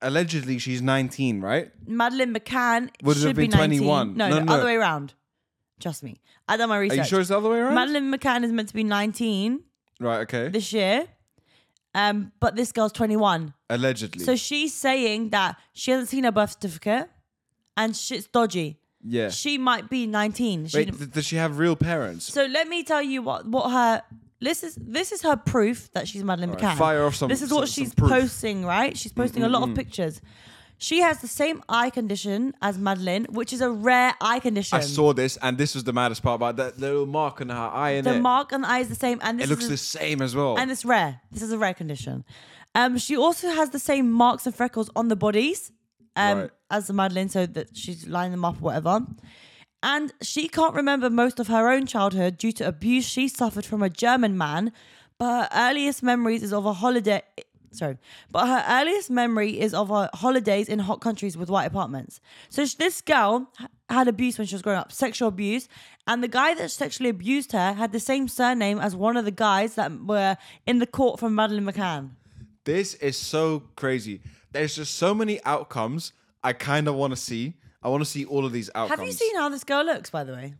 [SPEAKER 1] allegedly she's 19, right?
[SPEAKER 2] Madeline McCann
[SPEAKER 1] Would it
[SPEAKER 2] should
[SPEAKER 1] have
[SPEAKER 2] be
[SPEAKER 1] been
[SPEAKER 2] 19.
[SPEAKER 1] 21?
[SPEAKER 2] No,
[SPEAKER 1] No,
[SPEAKER 2] the
[SPEAKER 1] no.
[SPEAKER 2] other way around. Trust me. I done my
[SPEAKER 1] Are
[SPEAKER 2] research.
[SPEAKER 1] you sure it's the other way around?
[SPEAKER 2] Madeline McCann is meant to be 19.
[SPEAKER 1] right. Okay.
[SPEAKER 2] this year. Um, but this girl's 21.
[SPEAKER 1] allegedly.
[SPEAKER 2] So she's saying that she hasn't seen her birth certificate and shit's dodgy.
[SPEAKER 1] yeah.
[SPEAKER 2] She might be 19. She,
[SPEAKER 1] Wait, th- does she have real parents?
[SPEAKER 2] so let me tell you what, what her this is this is her proof that she's Madeline
[SPEAKER 1] All right,
[SPEAKER 2] McCann.
[SPEAKER 1] fire off some-
[SPEAKER 2] This is what
[SPEAKER 1] some- some
[SPEAKER 2] she's
[SPEAKER 1] proof.
[SPEAKER 2] posting, right? She's posting a lot of pictures. She has the same eye condition as Madeline, which is a rare eye condition.
[SPEAKER 1] I saw this, and this was the maddest part about that little mark on her eye, and
[SPEAKER 2] the
[SPEAKER 1] it,
[SPEAKER 2] mark on the eye is the same, and this
[SPEAKER 1] it looks
[SPEAKER 2] is
[SPEAKER 1] the same as well.
[SPEAKER 2] and it's rare. This is a rare condition. Um, she also has the same marks and freckles on the bodies um,
[SPEAKER 1] Right.
[SPEAKER 2] as the Madeline, so that she's lining them up or whatever. And she can't remember most of her own childhood due to abuse she suffered from a German man, but her earliest memories is of a holiday. Sorry, but her earliest memory is of her holidays in hot countries with white apartments. So sh- this girl h- had abuse when she was growing up, sexual abuse, and the guy that sexually abused her had the same surname as one of the guys that were in the court from Madeline McCann.
[SPEAKER 1] This is so crazy. There's just so many outcomes I kind of want to see. I want to see all of these outcomes.
[SPEAKER 2] Have you seen how this girl looks, by the way?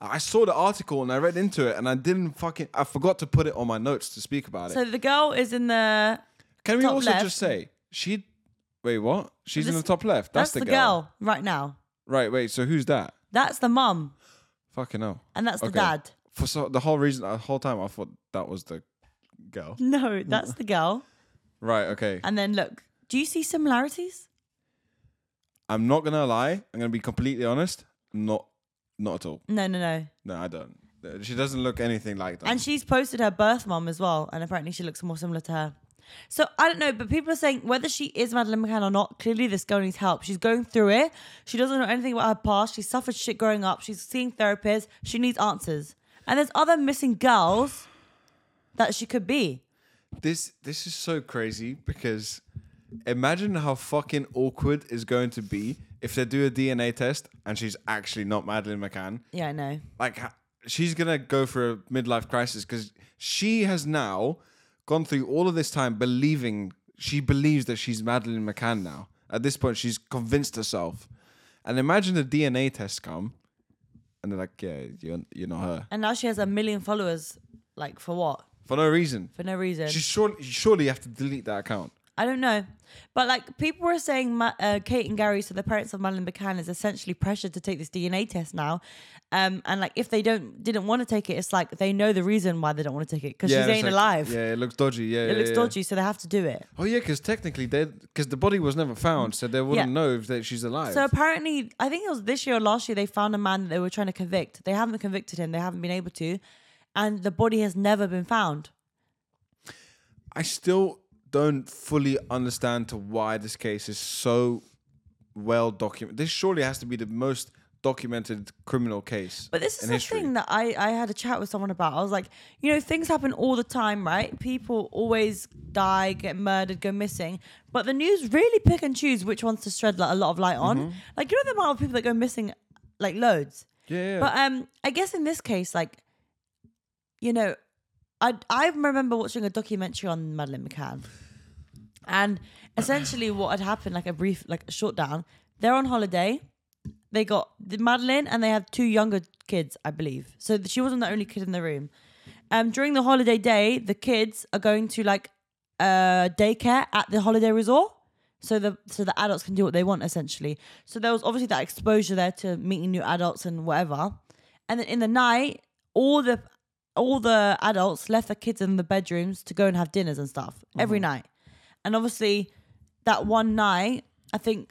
[SPEAKER 1] I saw the article and I read into it and I didn't fucking. I forgot to put it on my notes to speak about it.
[SPEAKER 2] So the girl is in the
[SPEAKER 1] Can we
[SPEAKER 2] top
[SPEAKER 1] also
[SPEAKER 2] left.
[SPEAKER 1] just say she? Wait, what? She's in
[SPEAKER 2] This-
[SPEAKER 1] the top left. That's,
[SPEAKER 2] that's, the girl. right now.
[SPEAKER 1] Right. Wait. So who's that?
[SPEAKER 2] That's the mum
[SPEAKER 1] Fucking hell.
[SPEAKER 2] and that's the
[SPEAKER 1] Okay.
[SPEAKER 2] dad.
[SPEAKER 1] For so the whole reason, the whole time I thought that was the girl.
[SPEAKER 2] No, that's the girl.
[SPEAKER 1] Right. Okay.
[SPEAKER 2] And then look, do you see similarities?
[SPEAKER 1] I'm not gonna lie. I'm gonna be completely honest. Not, not at all.
[SPEAKER 2] No, no, no.
[SPEAKER 1] No, I don't. She doesn't look anything like that.
[SPEAKER 2] And she's posted her birth mom as well, and apparently she looks more similar to her. So I don't know, but people are saying whether she is Madeline McCann or not, clearly this girl needs help. She's going through it. She doesn't know anything about her past. She suffered shit growing up. She's seeing therapists. She needs answers. And there's other missing girls that she could be.
[SPEAKER 1] this this is so crazy because imagine how fucking awkward it's going to be if they do a DNA test and she's actually not Madeline McCann.
[SPEAKER 2] Yeah, I know.
[SPEAKER 1] Like ha- she's gonna go for a midlife crisis because she has now gone through all of this time believing she believes that she's Madeline McCann now. At this point, she's convinced herself. And imagine the DNA test come, and they're like, "Yeah, you're you're not her
[SPEAKER 2] And now she has a million followers. Like for what?
[SPEAKER 1] for no reason."
[SPEAKER 2] For no reason.
[SPEAKER 1] She surely surely you have to delete that account.
[SPEAKER 2] I don't know, but like people were saying, Ma- uh, Kate and Gary, so the parents of Madeline McCann, is essentially pressured to take this DNA test now, um, and like if they don't didn't want to take it, it's like they know the reason why they don't want to take it because
[SPEAKER 1] Yeah,
[SPEAKER 2] she's
[SPEAKER 1] and it's
[SPEAKER 2] ain't
[SPEAKER 1] like-
[SPEAKER 2] alive.
[SPEAKER 1] Yeah, it looks dodgy. Yeah,
[SPEAKER 2] It
[SPEAKER 1] yeah,
[SPEAKER 2] looks
[SPEAKER 1] yeah.
[SPEAKER 2] dodgy, so they have to do it.
[SPEAKER 1] Oh yeah, because technically, they because the body was never found, so they wouldn't
[SPEAKER 2] Yeah.
[SPEAKER 1] know if that she's alive.
[SPEAKER 2] So apparently, I think it was this year or last year they found a man that they were trying to convict. They haven't convicted him. They haven't been able to, and the body has never been found.
[SPEAKER 1] I still don't fully understand to why this case is so well documented. This surely has to be the most documented criminal case.
[SPEAKER 2] But this is
[SPEAKER 1] in
[SPEAKER 2] the
[SPEAKER 1] history.
[SPEAKER 2] thing that I, I had a chat with someone about. I was like, you know, things happen all the time, right? People always die, get murdered, go missing. But the news really pick and choose which ones to shed like, a lot of light on.
[SPEAKER 1] Mm-hmm.
[SPEAKER 2] Like, you know, the amount of people that go missing, like loads.
[SPEAKER 1] Yeah, yeah.
[SPEAKER 2] But um, I guess in this case, like, you know, I I remember watching a documentary on Madeline McCann, and essentially what had happened, like a brief, like a short down. They're on holiday. They got the Madeline, and they have two younger kids, I believe. So th- she wasn't the only kid in the room. Um, during the holiday day, the kids are going to like uh daycare at the holiday resort. So the so the adults can do what they want essentially. So there was obviously that exposure there to meeting new adults and whatever. And then in the night, all the all the adults left their kids in the bedrooms to go and have dinners and stuff every night. And obviously, that one night, I think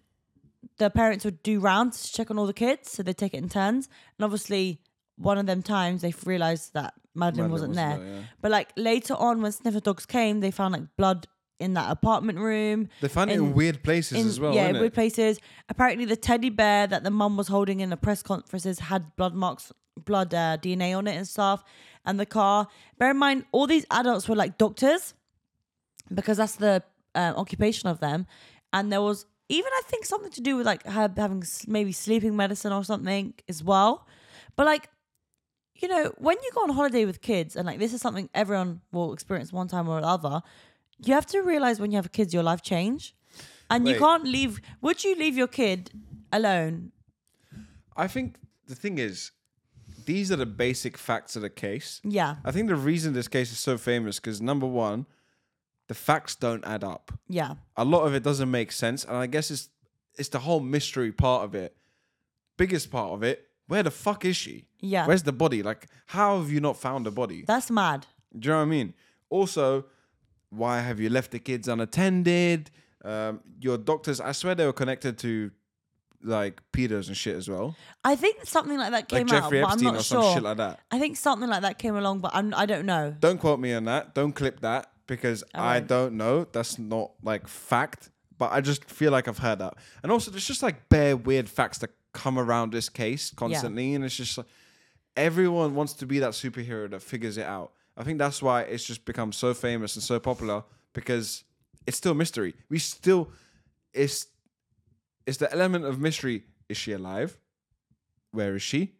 [SPEAKER 2] the parents would do rounds to check on all the kids, so they take it in turns. And obviously, one of them times they realized that Madeline,
[SPEAKER 1] Madeline
[SPEAKER 2] wasn't, there.
[SPEAKER 1] wasn't there, yeah.
[SPEAKER 2] But like later on, when sniffer dogs came, they found like blood in that apartment room.
[SPEAKER 1] They find it
[SPEAKER 2] in-
[SPEAKER 1] in weird places
[SPEAKER 2] in-
[SPEAKER 1] as well,
[SPEAKER 2] Yeah,
[SPEAKER 1] innit?
[SPEAKER 2] weird places. Apparently, the teddy bear that the mum was holding in the press conferences had blood marks, blood uh, DNA on it and stuff, and the car. Bear in mind, all these adults were like doctors because that's the um, occupation of them. And there was even, I think, something to do with like her having s- maybe sleeping medicine or something as well. But like, you know, when you go on holiday with kids, and like this is something everyone will experience one time or another, you have to realize when you have kids, your life change, and you
[SPEAKER 1] Wait.
[SPEAKER 2] can't leave. Would you leave your kid alone?
[SPEAKER 1] I think the thing is, these are the basic facts of the case.
[SPEAKER 2] Yeah,
[SPEAKER 1] I think the reason this case is so famous because number one, the facts don't add up.
[SPEAKER 2] yeah,
[SPEAKER 1] A lot of it doesn't make sense, and I guess it's it's the whole mystery part of it. Biggest part of it, where the fuck is she?
[SPEAKER 2] Yeah.
[SPEAKER 1] Where's the body? Like, how have you not found the body?
[SPEAKER 2] that's mad.
[SPEAKER 1] Do you know what I mean? Also, why have you left the kids unattended? Um, your doctors, I swear they were connected to like pedos and shit as well,
[SPEAKER 2] I think something like that came
[SPEAKER 1] like Jeffrey
[SPEAKER 2] out, but
[SPEAKER 1] Epstein
[SPEAKER 2] I'm
[SPEAKER 1] or
[SPEAKER 2] not
[SPEAKER 1] some
[SPEAKER 2] sure.
[SPEAKER 1] shit like that.
[SPEAKER 2] I think something like that came along, but I'm, I don't know.
[SPEAKER 1] Don't quote me on that. Don't clip that because I,
[SPEAKER 2] won't.
[SPEAKER 1] don't know. That's not like fact, but I just feel like I've heard that. And also, there's just like bare weird facts that come around this case constantly, and it's just like everyone wants to be that superhero that figures it out. I think that's why it's just become so famous and so popular because it's still mystery. We still it's it's the element of mystery. Is she alive? Where is she?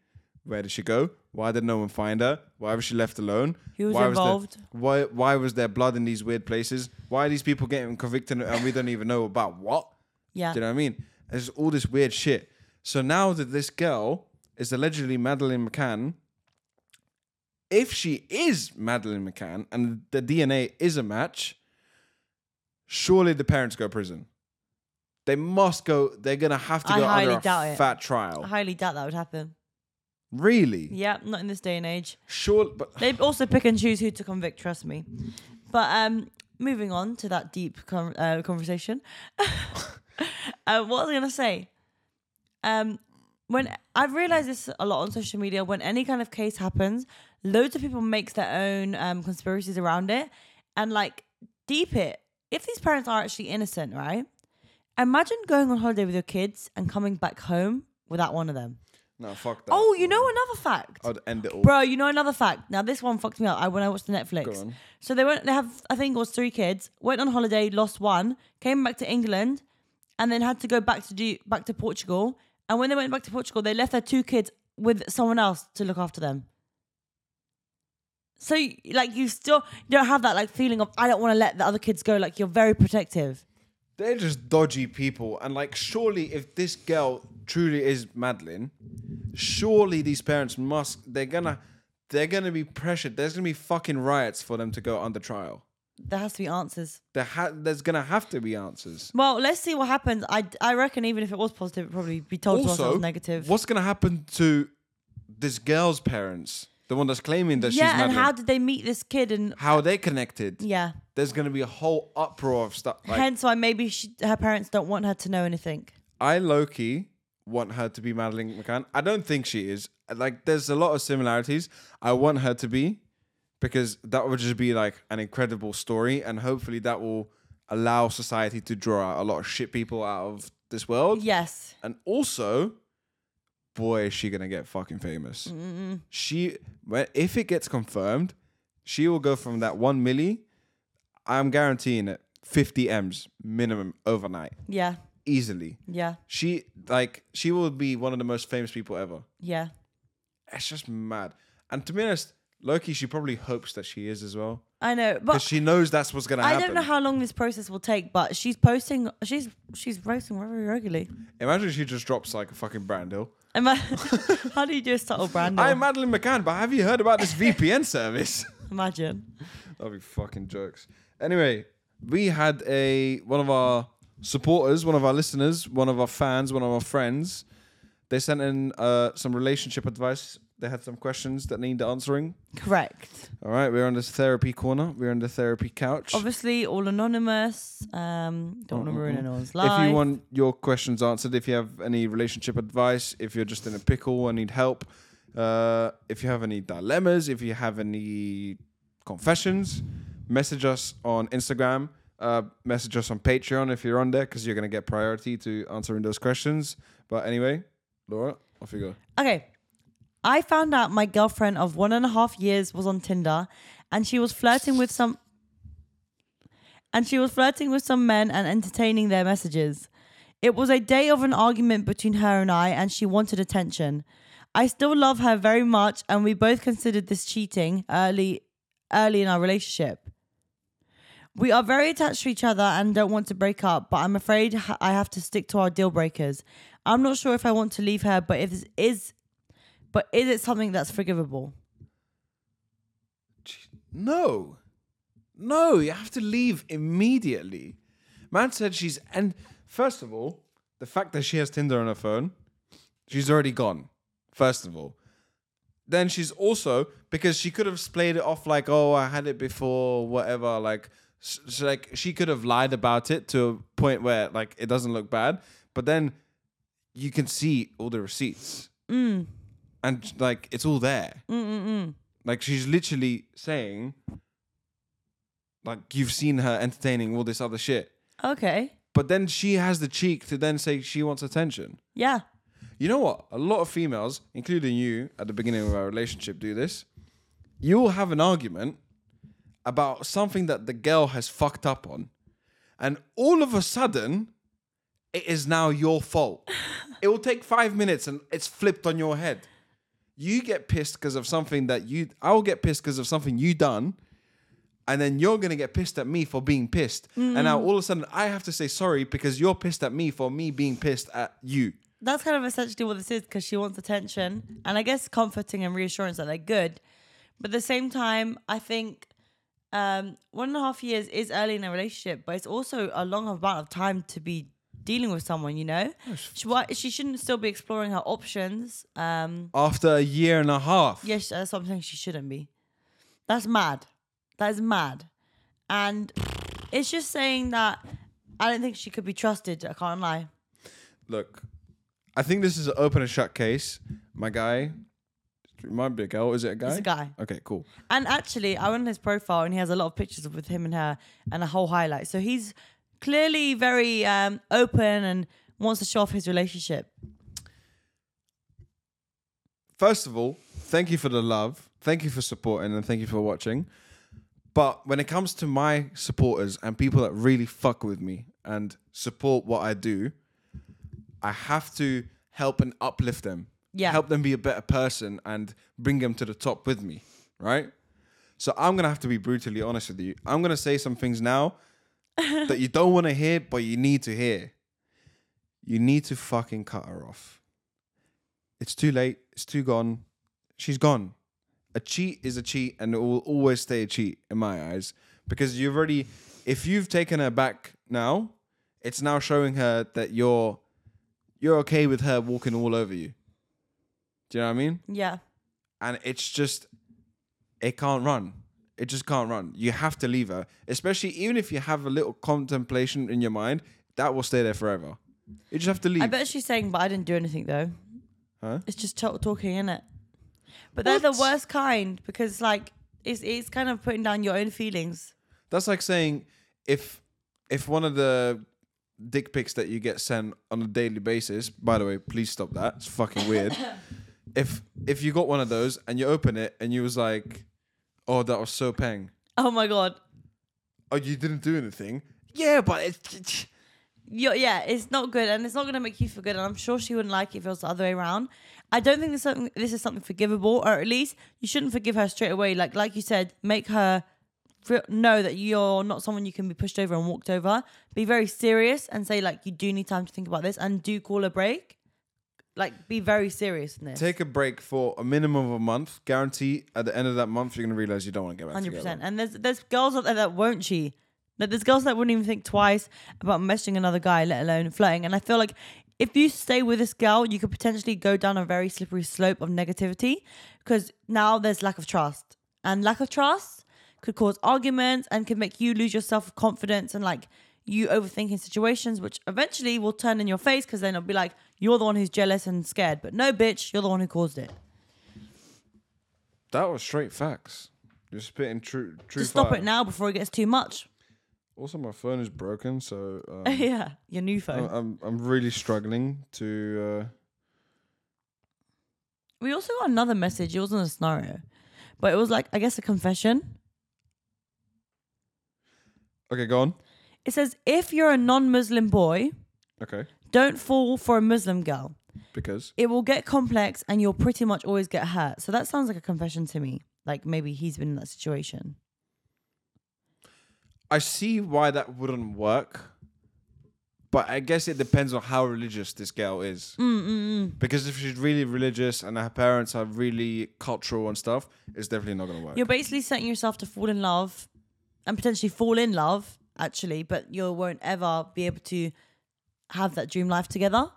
[SPEAKER 1] Where did she go? Why did no one find her? Why was she left alone?
[SPEAKER 2] Who was
[SPEAKER 1] why
[SPEAKER 2] involved?
[SPEAKER 1] Was there, why why was there blood in these weird places? Why are these people getting convicted and we don't even know about what?
[SPEAKER 2] Yeah,
[SPEAKER 1] Do you know what I mean? There's all this weird shit. So now that this girl is allegedly Madeline McCann, if she is Madeline McCann and the DNA is a match, surely the parents go to prison. They must go. They're gonna have to
[SPEAKER 2] I
[SPEAKER 1] go under
[SPEAKER 2] highly
[SPEAKER 1] a
[SPEAKER 2] doubt it.
[SPEAKER 1] fat
[SPEAKER 2] I
[SPEAKER 1] trial.
[SPEAKER 2] highly doubt that would happen.
[SPEAKER 1] Really?
[SPEAKER 2] Yeah, not in this day and age.
[SPEAKER 1] Sure, but
[SPEAKER 2] They also pick and choose who to convict. Trust me. But um, moving on to that deep con uh, conversation, uh, what was I gonna say? Um, when I've realized this a lot on social media, when any kind of case happens, loads of people makes their own um, conspiracies around it, and like deep it. If these parents are actually innocent, right? Imagine going on holiday with your kids and coming back home without one of them.
[SPEAKER 1] no, fuck that.
[SPEAKER 2] Oh, you know another fact.
[SPEAKER 1] I'd end it all.
[SPEAKER 2] Bro, you know another fact. Now this one fucked me up. I when I watched the
[SPEAKER 1] Go
[SPEAKER 2] Netflix.
[SPEAKER 1] on.
[SPEAKER 2] So they went. They have I think it was three kids. Went on holiday, lost one, came back to England, and then had to go back to do back to Portugal. And when they went back to Portugal, they left their two kids with someone else to look after them. So y- like you still you don't have that like feeling of I don't want to let the other kids go. Like you're very protective.
[SPEAKER 1] They're just dodgy people. And like, surely if this girl truly is Madeline, surely these parents must. They're gonna. They're gonna be pressured. There's gonna be fucking riots for them to go under trial.
[SPEAKER 2] There has to be answers.
[SPEAKER 1] There ha- there's gonna have to be answers.
[SPEAKER 2] Well, let's see what happens. I, I reckon even if it was positive, it'd probably be told to us it
[SPEAKER 1] Also,
[SPEAKER 2] was negative.
[SPEAKER 1] what's gonna happen to this girl's parents? The one that's claiming that she's
[SPEAKER 2] yeah, and
[SPEAKER 1] Madeline.
[SPEAKER 2] how did they meet this kid and
[SPEAKER 1] how are they connected?
[SPEAKER 2] Yeah.
[SPEAKER 1] There's gonna be a whole uproar of stuff. Like,
[SPEAKER 2] Hence why maybe she, her parents don't want her to know anything.
[SPEAKER 1] I low key want her to be Madeline McCann. I don't think she is. Like, there's a lot of similarities. I want her to be because that would just be like an incredible story, and hopefully that will allow society to draw out a lot of shit people out of this world.
[SPEAKER 2] Yes.
[SPEAKER 1] And also, boy, is she gonna get fucking famous. She, when- if it gets confirmed, she will go from that one milli. I'm guaranteeing it. 50 m's minimum overnight,
[SPEAKER 2] Yeah.
[SPEAKER 1] easily.
[SPEAKER 2] Yeah.
[SPEAKER 1] She like she will be one of the most famous people ever.
[SPEAKER 2] Yeah.
[SPEAKER 1] It's just mad. And to be honest, Loki, she probably hopes that she is as well
[SPEAKER 2] I know,
[SPEAKER 1] because
[SPEAKER 2] but
[SPEAKER 1] she knows that's what's gonna
[SPEAKER 2] I
[SPEAKER 1] happen.
[SPEAKER 2] don't know how long this process will take. But she's posting. She's she's posting very regularly.
[SPEAKER 1] Imagine she just drops like a fucking brand deal.
[SPEAKER 2] Am I, how do you do a subtle brand?
[SPEAKER 1] I'm Madeline McCann, but have you heard about this VPN service?
[SPEAKER 2] Imagine.
[SPEAKER 1] That'd be fucking jokes. Anyway, we had a one of our supporters, one of our listeners, one of our fans, one of our friends. They sent in uh, some relationship advice They had some questions that need answering.
[SPEAKER 2] Correct.
[SPEAKER 1] All right, we're on this therapy corner. We're on the therapy couch.
[SPEAKER 2] Obviously, all anonymous. Um, don't want to ruin anyone's life.
[SPEAKER 1] If you want your questions answered, if you have any relationship advice, if you're just in a pickle and need help, uh, if you have any dilemmas, if you have any confessions, message us on Instagram. Uh, message us on Patreon if you're on there because you're going to get priority to answering those questions. But anyway, Laura, off you go.
[SPEAKER 2] Okay. I found out my girlfriend of one and a half years was on Tinder and she was flirting with some and she was flirting with some men and entertaining their messages. It was a day of an argument between her and I and she wanted attention. I still love her very much and we both considered this cheating early early in our relationship. We are very attached to each other and don't want to break up, but I'm afraid ha- I have to stick to our deal breakers. I'm not sure if I want to leave her, but if this is but is it something that's forgivable?
[SPEAKER 1] No. No, you have to leave immediately. Man said she's and first of all, the fact that she has Tinder on her phone, she's already gone. First of all. Then she's also because she could have splayed it off like, oh, I had it before, whatever. Like, s- s- like she could have lied about it to a point where like it doesn't look bad. But then you can see all the receipts, and like it's all there. Like she's literally saying, like you've seen her entertaining all this other shit,
[SPEAKER 2] Okay.
[SPEAKER 1] but then she has the cheek to then say she wants attention.
[SPEAKER 2] Yeah.
[SPEAKER 1] You know what? A lot of females, including you, at the beginning of our relationship, do this. You will have an argument about something that the girl has fucked up on, and all of a sudden, it is now your fault. it will take five minutes, and it's flipped on your head. You get pissed because of something that you. I will get pissed because of something you done, and then you're gonna get pissed at me for being pissed, and now all of a sudden I have to say sorry because you're pissed at me for me being pissed at you.
[SPEAKER 2] That's kind of essentially what this is because she wants attention and I guess comforting and reassurance that they're good. But at the same time, I think um, one and a half years is early in a relationship, but it's also a long amount of time to be dealing with someone, you know? She, why, she shouldn't still be exploring her options. Um,
[SPEAKER 1] after a year and a half.
[SPEAKER 2] yes, uh, that's what I'm saying. She shouldn't be. That's mad. That is mad. And it's just saying that I don't think she could be trusted. I can't lie.
[SPEAKER 1] Look, I think this is an open and shut case. My guy, it might be a girl. Is it a guy?
[SPEAKER 2] It's a guy.
[SPEAKER 1] Okay, cool.
[SPEAKER 2] And actually, I went on his profile and he has a lot of pictures with him and her and a whole highlight. So he's clearly very um, open and wants to show off his relationship.
[SPEAKER 1] First of all, thank you for the love. Thank you for supporting and thank you for watching. But when it comes to my supporters and people that really fuck with me and support what I do, I have to help and uplift them.
[SPEAKER 2] Yeah.
[SPEAKER 1] Help them be a better person and bring them to the top with me, right? So I'm going to have to be brutally honest with you. I'm going to say some things now that you don't want to hear, but you need to hear. You need to fucking cut her off. It's too late. It's too gone. She's gone. A cheat is a cheat and it will always stay a cheat in my eyes because you've already, if you've taken her back now, it's now showing her that you're you're okay with her walking all over you. Do you know what I mean?
[SPEAKER 2] Yeah.
[SPEAKER 1] And it's just it can't run. It just can't run. You have to leave her, especially even if you have a little contemplation in your mind, that will stay there forever. You just have to leave.
[SPEAKER 2] I bet she's saying, but I didn't do anything though.
[SPEAKER 1] Huh?
[SPEAKER 2] It's just talk- talking, in it? But they're the
[SPEAKER 1] What?
[SPEAKER 2] worst kind because, like, it's, it's kind of putting down your own feelings.
[SPEAKER 1] That's like saying if if one of the dick pics that you get sent on a daily basis, by the way, please stop that. It's fucking weird. if if you got one of those and you open it and you was like, "Oh, that was so peng."
[SPEAKER 2] Oh my God.
[SPEAKER 1] Oh, you didn't do anything. Yeah, but it's
[SPEAKER 2] you yeah, it's not good, and it's not going to make you feel good. And I'm sure she wouldn't like it if it was the other way around. I don't think this something this is something forgivable, or at least you shouldn't forgive her straight away. Like like you said, make her feel, know that you're not someone you can be pushed over and walked over. Be very serious and say like you do need time to think about this, and do call a break. Like be very serious in this,
[SPEAKER 1] take a break for a minimum of a month. Guarantee at the end of that month you're gonna realize you don't want to get back
[SPEAKER 2] hundred
[SPEAKER 1] together.
[SPEAKER 2] percent. And there's there's girls out there that won't cheat. Like, There's girls that wouldn't even think twice about messaging another guy, let alone flirting. And I feel like if you stay with this girl, you could potentially go down a very slippery slope of negativity because now there's lack of trust. And lack of trust could cause arguments and can make you lose your self confidence and like you overthinking situations, which eventually will turn in your face because then it'll be like, you're the one who's jealous and scared. But no, bitch, you're the one who caused it.
[SPEAKER 1] That was straight facts. You're spitting true true.
[SPEAKER 2] Just stop
[SPEAKER 1] fire.
[SPEAKER 2] it now before it gets too much.
[SPEAKER 1] Also, my phone is broken, so um,
[SPEAKER 2] yeah, your new phone.
[SPEAKER 1] I'm, I'm I'm really struggling to. Uh,
[SPEAKER 2] We also got another message. It wasn't a scenario, but it was like, I guess, a confession.
[SPEAKER 1] Okay, go on.
[SPEAKER 2] It says, if you're a non Muslim boy,
[SPEAKER 1] Okay,
[SPEAKER 2] don't fall for a Muslim girl.
[SPEAKER 1] because
[SPEAKER 2] It will get complex and you'll pretty much always get hurt. So that sounds like a confession to me. Like maybe he's been in that situation.
[SPEAKER 1] I see why that wouldn't work, but I guess it depends on how religious this girl is. Because if she's really religious and her parents are really cultural and stuff, it's definitely not gonna work.
[SPEAKER 2] You're basically setting yourself to fall in love and potentially fall in love, actually, but you won't ever be able to have that dream life together.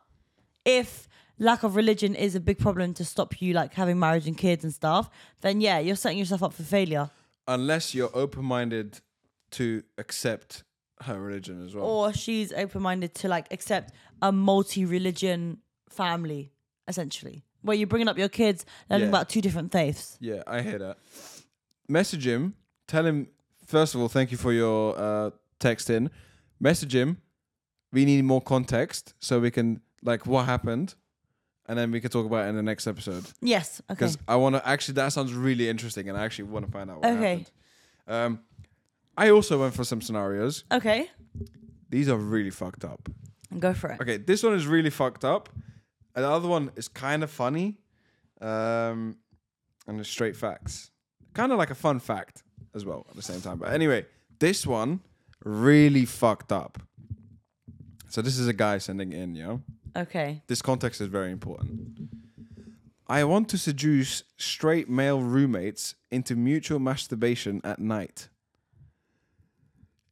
[SPEAKER 2] If lack of religion is a big problem to stop you like having marriage and kids and stuff, then yeah, you're setting yourself up for failure.
[SPEAKER 1] Unless you're open-minded to accept her religion as well.
[SPEAKER 2] Or she's open minded to like accept a multi religion family, essentially. Where you're bringing up your kids, learning
[SPEAKER 1] Yeah.
[SPEAKER 2] about two different faiths.
[SPEAKER 1] Yeah, I hear that. Message him. Tell him first of all, thank you for your uh, text in. Message him. We need more context so we can like what happened, and then we can talk about it in the next episode.
[SPEAKER 2] Yes. Okay.
[SPEAKER 1] Because I want to actually that sounds really interesting, and I actually want to find out what
[SPEAKER 2] Okay.
[SPEAKER 1] happened. Um, I also went for some scenarios.
[SPEAKER 2] Okay.
[SPEAKER 1] These are really fucked up.
[SPEAKER 2] Go for it.
[SPEAKER 1] Okay, this one is really fucked up. And the other one is kind of funny. Um, and it's straight facts. Kind of like a fun fact as well at the same time. But anyway, this one really fucked up. So this is a guy sending in, you know?
[SPEAKER 2] Okay.
[SPEAKER 1] This context is very important. I want to seduce straight male roommates into mutual masturbation at night.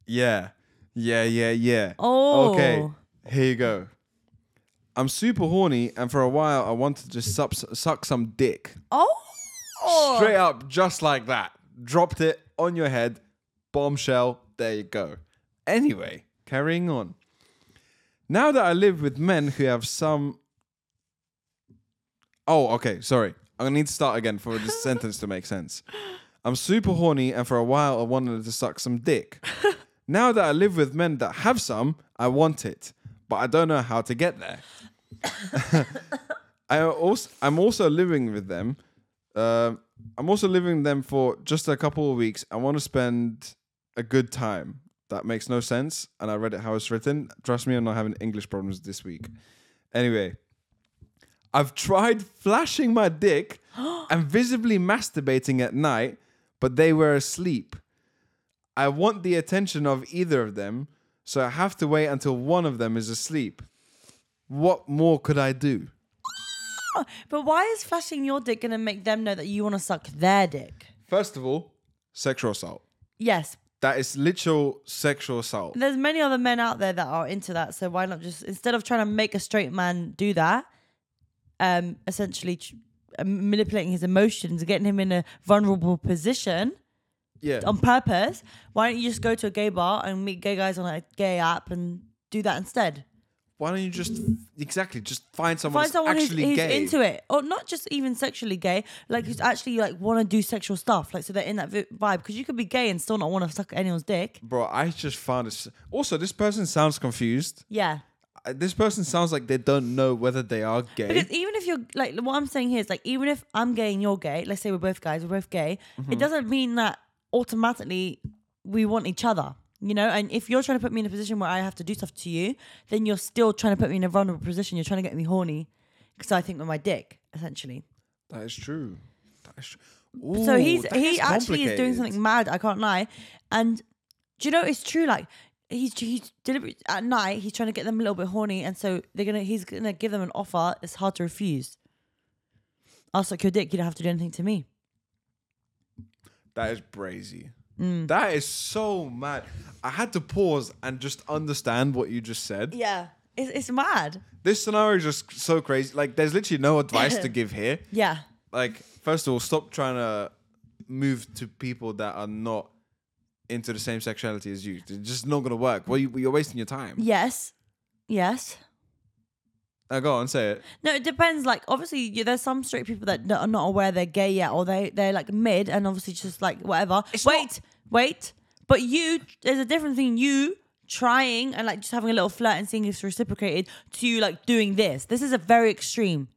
[SPEAKER 1] Yeah. Yeah, yeah, yeah.
[SPEAKER 2] Oh.
[SPEAKER 1] Okay, here you go. I'm super horny, and for a while I wanted to just sup- suck some dick.
[SPEAKER 2] Oh.
[SPEAKER 1] Straight up, just like that. Dropped it on your head. Bombshell. There you go. Anyway, carrying on. Now that I live with men who have some. Oh, okay. Sorry. I'm going to need to start again for this sentence to make sense. I'm super horny, and for a while I wanted to suck some dick. now that I live with men that have some, I want it, but I don't know how to get there. I also I'm also living with them. Um I'm also living with them for just a couple of weeks. I want to spend a good time. That makes no sense, and I read it how it's written. Trust me, I'm not having English problems this week. Anyway, I've tried flashing my dick and visibly masturbating at night, but they were asleep. I want the attention of either of them, so I have to wait until one of them is asleep. What more could I do?
[SPEAKER 2] But why is flashing your dick gonna make them know that you want to suck their dick?
[SPEAKER 1] First of all, sexual assault.
[SPEAKER 2] Yes.
[SPEAKER 1] That is literal sexual assault.
[SPEAKER 2] There's many other men out there that are into that, so why not just instead of trying to make a straight man do that, um, essentially ch- uh, manipulating his emotions, getting him in a vulnerable position
[SPEAKER 1] Yeah.
[SPEAKER 2] on purpose, why don't you just go to a gay bar and meet gay guys on a gay app and do that instead?
[SPEAKER 1] Why don't you just exactly just find someone
[SPEAKER 2] Find
[SPEAKER 1] that's
[SPEAKER 2] someone who's,
[SPEAKER 1] actually
[SPEAKER 2] who's
[SPEAKER 1] gay?
[SPEAKER 2] into it, or not just even sexually gay, like who's actually like want to do sexual stuff, like so they're in that vi- vibe. Because you could be gay and still not want to suck anyone's dick.
[SPEAKER 1] Bro, I just found this. Also, this person sounds confused.
[SPEAKER 2] Yeah.
[SPEAKER 1] Uh, This person sounds like they don't know whether they are gay.
[SPEAKER 2] Because even if you're like what I'm saying here is like even if I'm gay and you're gay, let's say we're both guys, we're both gay,
[SPEAKER 1] Mm-hmm.
[SPEAKER 2] it doesn't mean that automatically we want each other. You know, and if you're trying to put me in a position where I have to do stuff to you, then you're still trying to put me in a vulnerable position. You're trying to get me horny because I think with my dick, essentially.
[SPEAKER 1] that is true. That is true.
[SPEAKER 2] So
[SPEAKER 1] Ooh,
[SPEAKER 2] he's
[SPEAKER 1] that
[SPEAKER 2] he actually is doing
[SPEAKER 1] complicated.
[SPEAKER 2] something mad. I can't lie. And do you know it's true? Like he's he's deliberate at night. He's trying to get them a little bit horny, and so they're gonna he's gonna give them an offer. It's hard to refuse. I'll suck your dick. You don't have to do anything to me.
[SPEAKER 1] That is brazy.
[SPEAKER 2] Mm.
[SPEAKER 1] That is so mad. I had to pause and just understand what you just said.
[SPEAKER 2] Yeah, It's, it's mad.
[SPEAKER 1] This scenario is just so crazy. Like, there's literally no advice to give here.
[SPEAKER 2] Yeah.
[SPEAKER 1] Like, first of all, stop trying to move to people that are not into the same sexuality as you. It's just not gonna work. Well, you, you're wasting your time.
[SPEAKER 2] Yes. Yes.
[SPEAKER 1] Now go on, say it.
[SPEAKER 2] No, it depends. Like, obviously, you, there's some straight people that n- are not aware they're gay yet, or they they're like mid, and obviously just like whatever. wait, wait. But you, there's a difference between you trying and like just having a little flirt and seeing if it's reciprocated to you like doing this. This is a very extreme.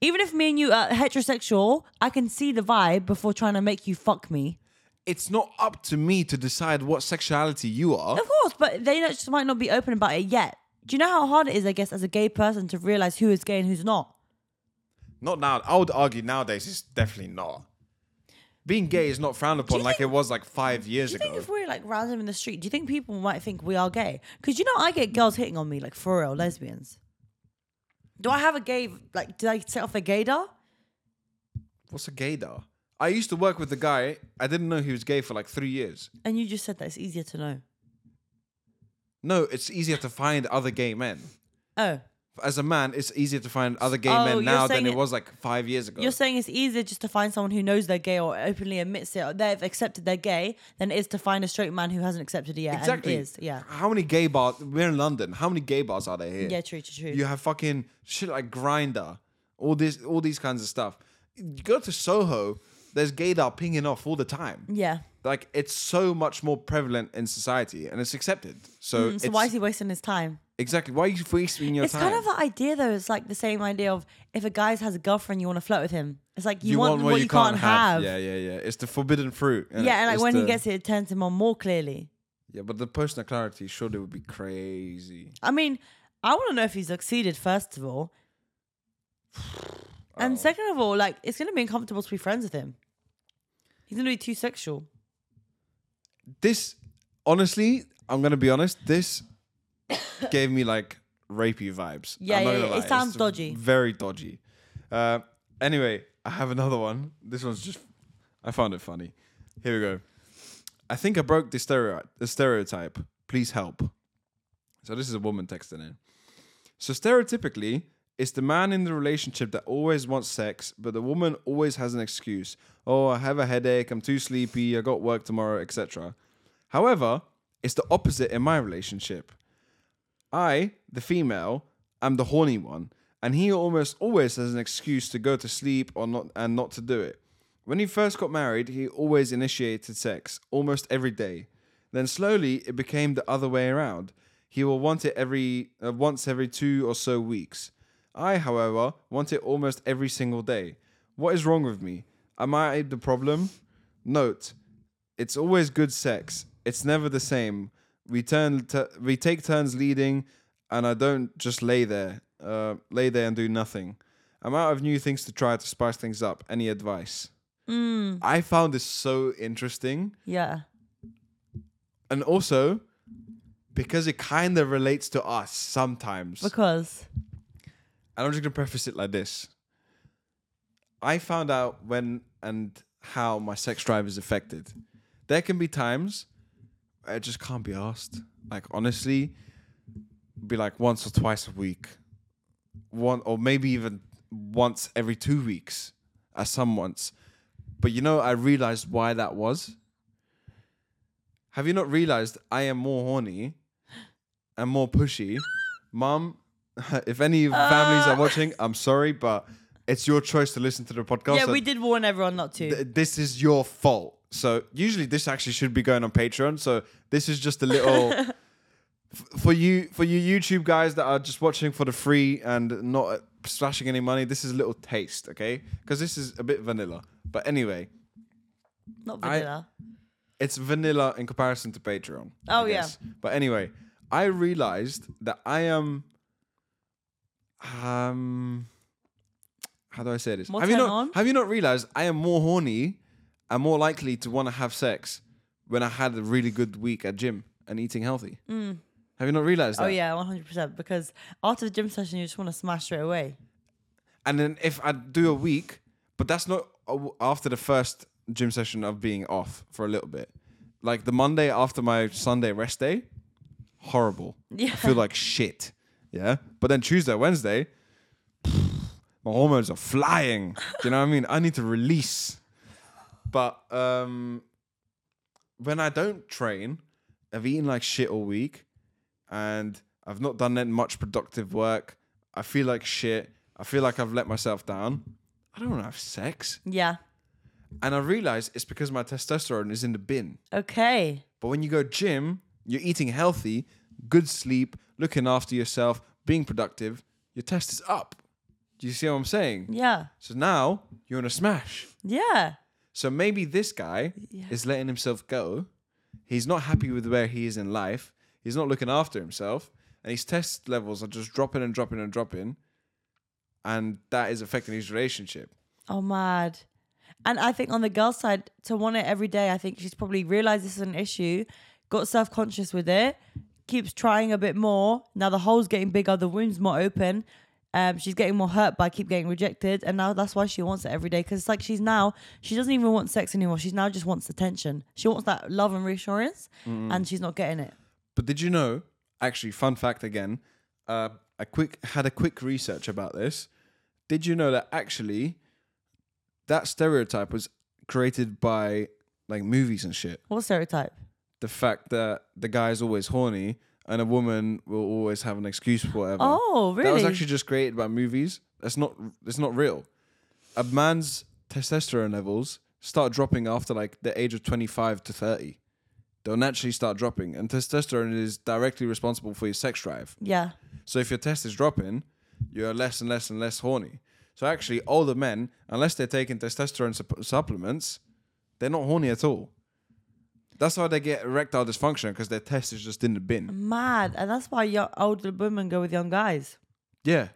[SPEAKER 2] Even if me and you are heterosexual, I can see the vibe before trying to make you fuck me.
[SPEAKER 1] It's not up to me to decide what sexuality you are.
[SPEAKER 2] Of course, but they not- just might not be open about it yet. Do you know how hard it is, I guess, as a gay person to realize who is gay and who's not?
[SPEAKER 1] Not now. I would argue nowadays it's definitely not. Being gay is not frowned upon
[SPEAKER 2] you
[SPEAKER 1] like
[SPEAKER 2] think-
[SPEAKER 1] it was like five years
[SPEAKER 2] Do you
[SPEAKER 1] ago.
[SPEAKER 2] think if we're like random in the street, do you think people might think we are gay? Because you know, I get girls hitting on me like for real, lesbians. Do I have a gay like? Did I set off a gaydar?
[SPEAKER 1] What's a gaydar? I used to work with a guy. I didn't know he was gay for like three years.
[SPEAKER 2] And you just said that it's easier to know.
[SPEAKER 1] No, it's easier to find other gay men.
[SPEAKER 2] Oh,
[SPEAKER 1] As a man, it's easier to find other gay
[SPEAKER 2] Oh, you're
[SPEAKER 1] men now than
[SPEAKER 2] saying
[SPEAKER 1] it
[SPEAKER 2] it-
[SPEAKER 1] was like five years ago.
[SPEAKER 2] you're saying it's easier just to find someone who knows they're gay or openly admits it, or they've accepted they're gay, than it is to find a straight man who hasn't accepted it yet.
[SPEAKER 1] exactly.
[SPEAKER 2] And is. Yeah.
[SPEAKER 1] How many gay bars? We're in London. How many gay bars are there here?
[SPEAKER 2] Yeah. True. True. True.
[SPEAKER 1] You have fucking shit like Grinder, all this, all these kinds of stuff. You go to Soho, there's gaydar pinging off all the time.
[SPEAKER 2] yeah.
[SPEAKER 1] like it's so much more prevalent in society and it's accepted. So,
[SPEAKER 2] Mm, So
[SPEAKER 1] it's,
[SPEAKER 2] why is he wasting his time?
[SPEAKER 1] exactly why are you wasting your
[SPEAKER 2] It's
[SPEAKER 1] time?
[SPEAKER 2] kind of that idea though. It's like the same idea of if a guy has a girlfriend, you want to flirt with him. It's like you, want, what, you can't, have.
[SPEAKER 1] Yeah, yeah, yeah. It's the forbidden fruit. innit?
[SPEAKER 2] Yeah, and like
[SPEAKER 1] It's
[SPEAKER 2] when he
[SPEAKER 1] the-
[SPEAKER 2] gets it, it turns him on more clearly.
[SPEAKER 1] Yeah, but the personal clarity, sure, they would be crazy.
[SPEAKER 2] I mean, I want to know if he's succeeded first of all,
[SPEAKER 1] Oh.
[SPEAKER 2] and second of all, like it's gonna be uncomfortable to be friends with him. He's gonna be too sexual.
[SPEAKER 1] This, honestly, I'm gonna be honest. This gave me like rapey vibes.
[SPEAKER 2] Yeah,
[SPEAKER 1] I'm not
[SPEAKER 2] yeah,
[SPEAKER 1] gonna
[SPEAKER 2] yeah.
[SPEAKER 1] lie,
[SPEAKER 2] It
[SPEAKER 1] it's
[SPEAKER 2] sounds dodgy.
[SPEAKER 1] Very dodgy. Uh, anyway, I have another one. This one's just, I found it funny. Here we go. I think I broke the, stereo- the stereotype. Please help. So this is a woman texting in. So stereotypically, it's the man in the relationship that always wants sex, but the woman always has an excuse. Oh, I have a headache, I'm too sleepy, I got work tomorrow, etc. However, it's the opposite in my relationship. I, the female, am the horny one, and he almost always has an excuse to go to sleep or not and not to do it. When he first got married, he always initiated sex, almost every day. Then slowly it became the other way around. He will want it every uh, once every two or so weeks. I, however, want it almost every single day. What is wrong with me? Am I the problem? Note, it's always good sex. It's never the same. We turn t- we take turns leading, and I don't just lay there, uh, lay there and do nothing. I'm out of new things to try to spice things up. Any advice? I found this so interesting,
[SPEAKER 2] Yeah.
[SPEAKER 1] and also because it kind of relates to us sometimes.
[SPEAKER 2] Because
[SPEAKER 1] And I'm just gonna preface it like this. I found out when and how my sex drive is affected. There can be times I just can't be asked. Like honestly, be like once or twice a week. One or maybe even once every two weeks at some once. But you know, I realized why that was. Have you not realized I am more horny and more pushy? Mum, if any families are watching, I'm sorry, but it's your choice to listen to the podcast.
[SPEAKER 2] yeah,
[SPEAKER 1] So
[SPEAKER 2] we did warn everyone not to.
[SPEAKER 1] th- this is your fault. So usually this actually should be going on Patreon. So this is just a little f- for you for you YouTube guys that are just watching for the free and not uh, splashing any money. This is a little taste, okay? Because this is a bit vanilla. But anyway,
[SPEAKER 2] not
[SPEAKER 1] I-
[SPEAKER 2] vanilla.
[SPEAKER 1] it's vanilla in comparison to Patreon. I
[SPEAKER 2] Oh, yeah.
[SPEAKER 1] guess. But anyway, I realized that I am um how do I say this?
[SPEAKER 2] More
[SPEAKER 1] have you
[SPEAKER 2] turn
[SPEAKER 1] not
[SPEAKER 2] on?
[SPEAKER 1] have you not realized I am more horny and more likely to want to have sex when I had a really good week at gym and eating healthy?
[SPEAKER 2] Mm.
[SPEAKER 1] Have you not realized that?
[SPEAKER 2] oh yeah, one hundred percent. Because after the gym session, you just want to smash straight away.
[SPEAKER 1] And then if I do a week, but that's not a- after the first gym session of being off for a little bit. Like the Monday after my Sunday rest day, horrible. I
[SPEAKER 2] Yeah.
[SPEAKER 1] feel like shit. Yeah. But then Tuesday, Wednesday, my hormones are flying. Do you know what I mean? I need to release. But um when I don't train, I've eaten like shit all week and I've not done that much productive work. I feel like shit. I feel like I've let myself down. I don't want to have sex.
[SPEAKER 2] Yeah.
[SPEAKER 1] And I realize it's because my testosterone is in the bin.
[SPEAKER 2] Okay.
[SPEAKER 1] But when you go gym, you're eating healthy, good sleep, looking after yourself, being productive, your test is up. Do you see what I'm saying?
[SPEAKER 2] Yeah.
[SPEAKER 1] So now you're in a smash.
[SPEAKER 2] Yeah.
[SPEAKER 1] So maybe this guy is letting himself go. He's not happy with where he is in life. He's not looking after himself. And his test levels are just dropping and dropping and dropping. And that is affecting his relationship.
[SPEAKER 2] Oh, mad. And I think on the girl's side, to want it every day, I think she's probably realized this is an issue, got self conscious with it, keeps trying a bit more. Now the hole's getting bigger, the wound's more open. Um, she's getting more hurt by keep getting rejected, and now that's why she wants it every day. Because it's like she's now she doesn't even want sex anymore. She's now just wants attention. She wants that love and reassurance, and she's not getting it.
[SPEAKER 1] But did you know? Actually, fun fact again. Uh, I quick had a quick research about this. Did you know that actually that stereotype was created by like movies and shit?
[SPEAKER 2] What stereotype?
[SPEAKER 1] The fact that the guy is always horny and a woman will always have an excuse for whatever.
[SPEAKER 2] Oh,
[SPEAKER 1] That was
[SPEAKER 2] really?
[SPEAKER 1] actually just created by movies. That's not. It's not real. A man's testosterone levels start dropping after like the age of twenty-five to thirty. They'll naturally start dropping, and testosterone is directly responsible for your sex drive.
[SPEAKER 2] Yeah,
[SPEAKER 1] So if your test is dropping, you're less and less and less horny. So actually, older men, unless they're taking testosterone sup- supplements, they're not horny at all. That's why they get erectile dysfunction because their test is just in the bin.
[SPEAKER 2] Um, mad, and that's why young, older women go with young guys.
[SPEAKER 1] Yeah,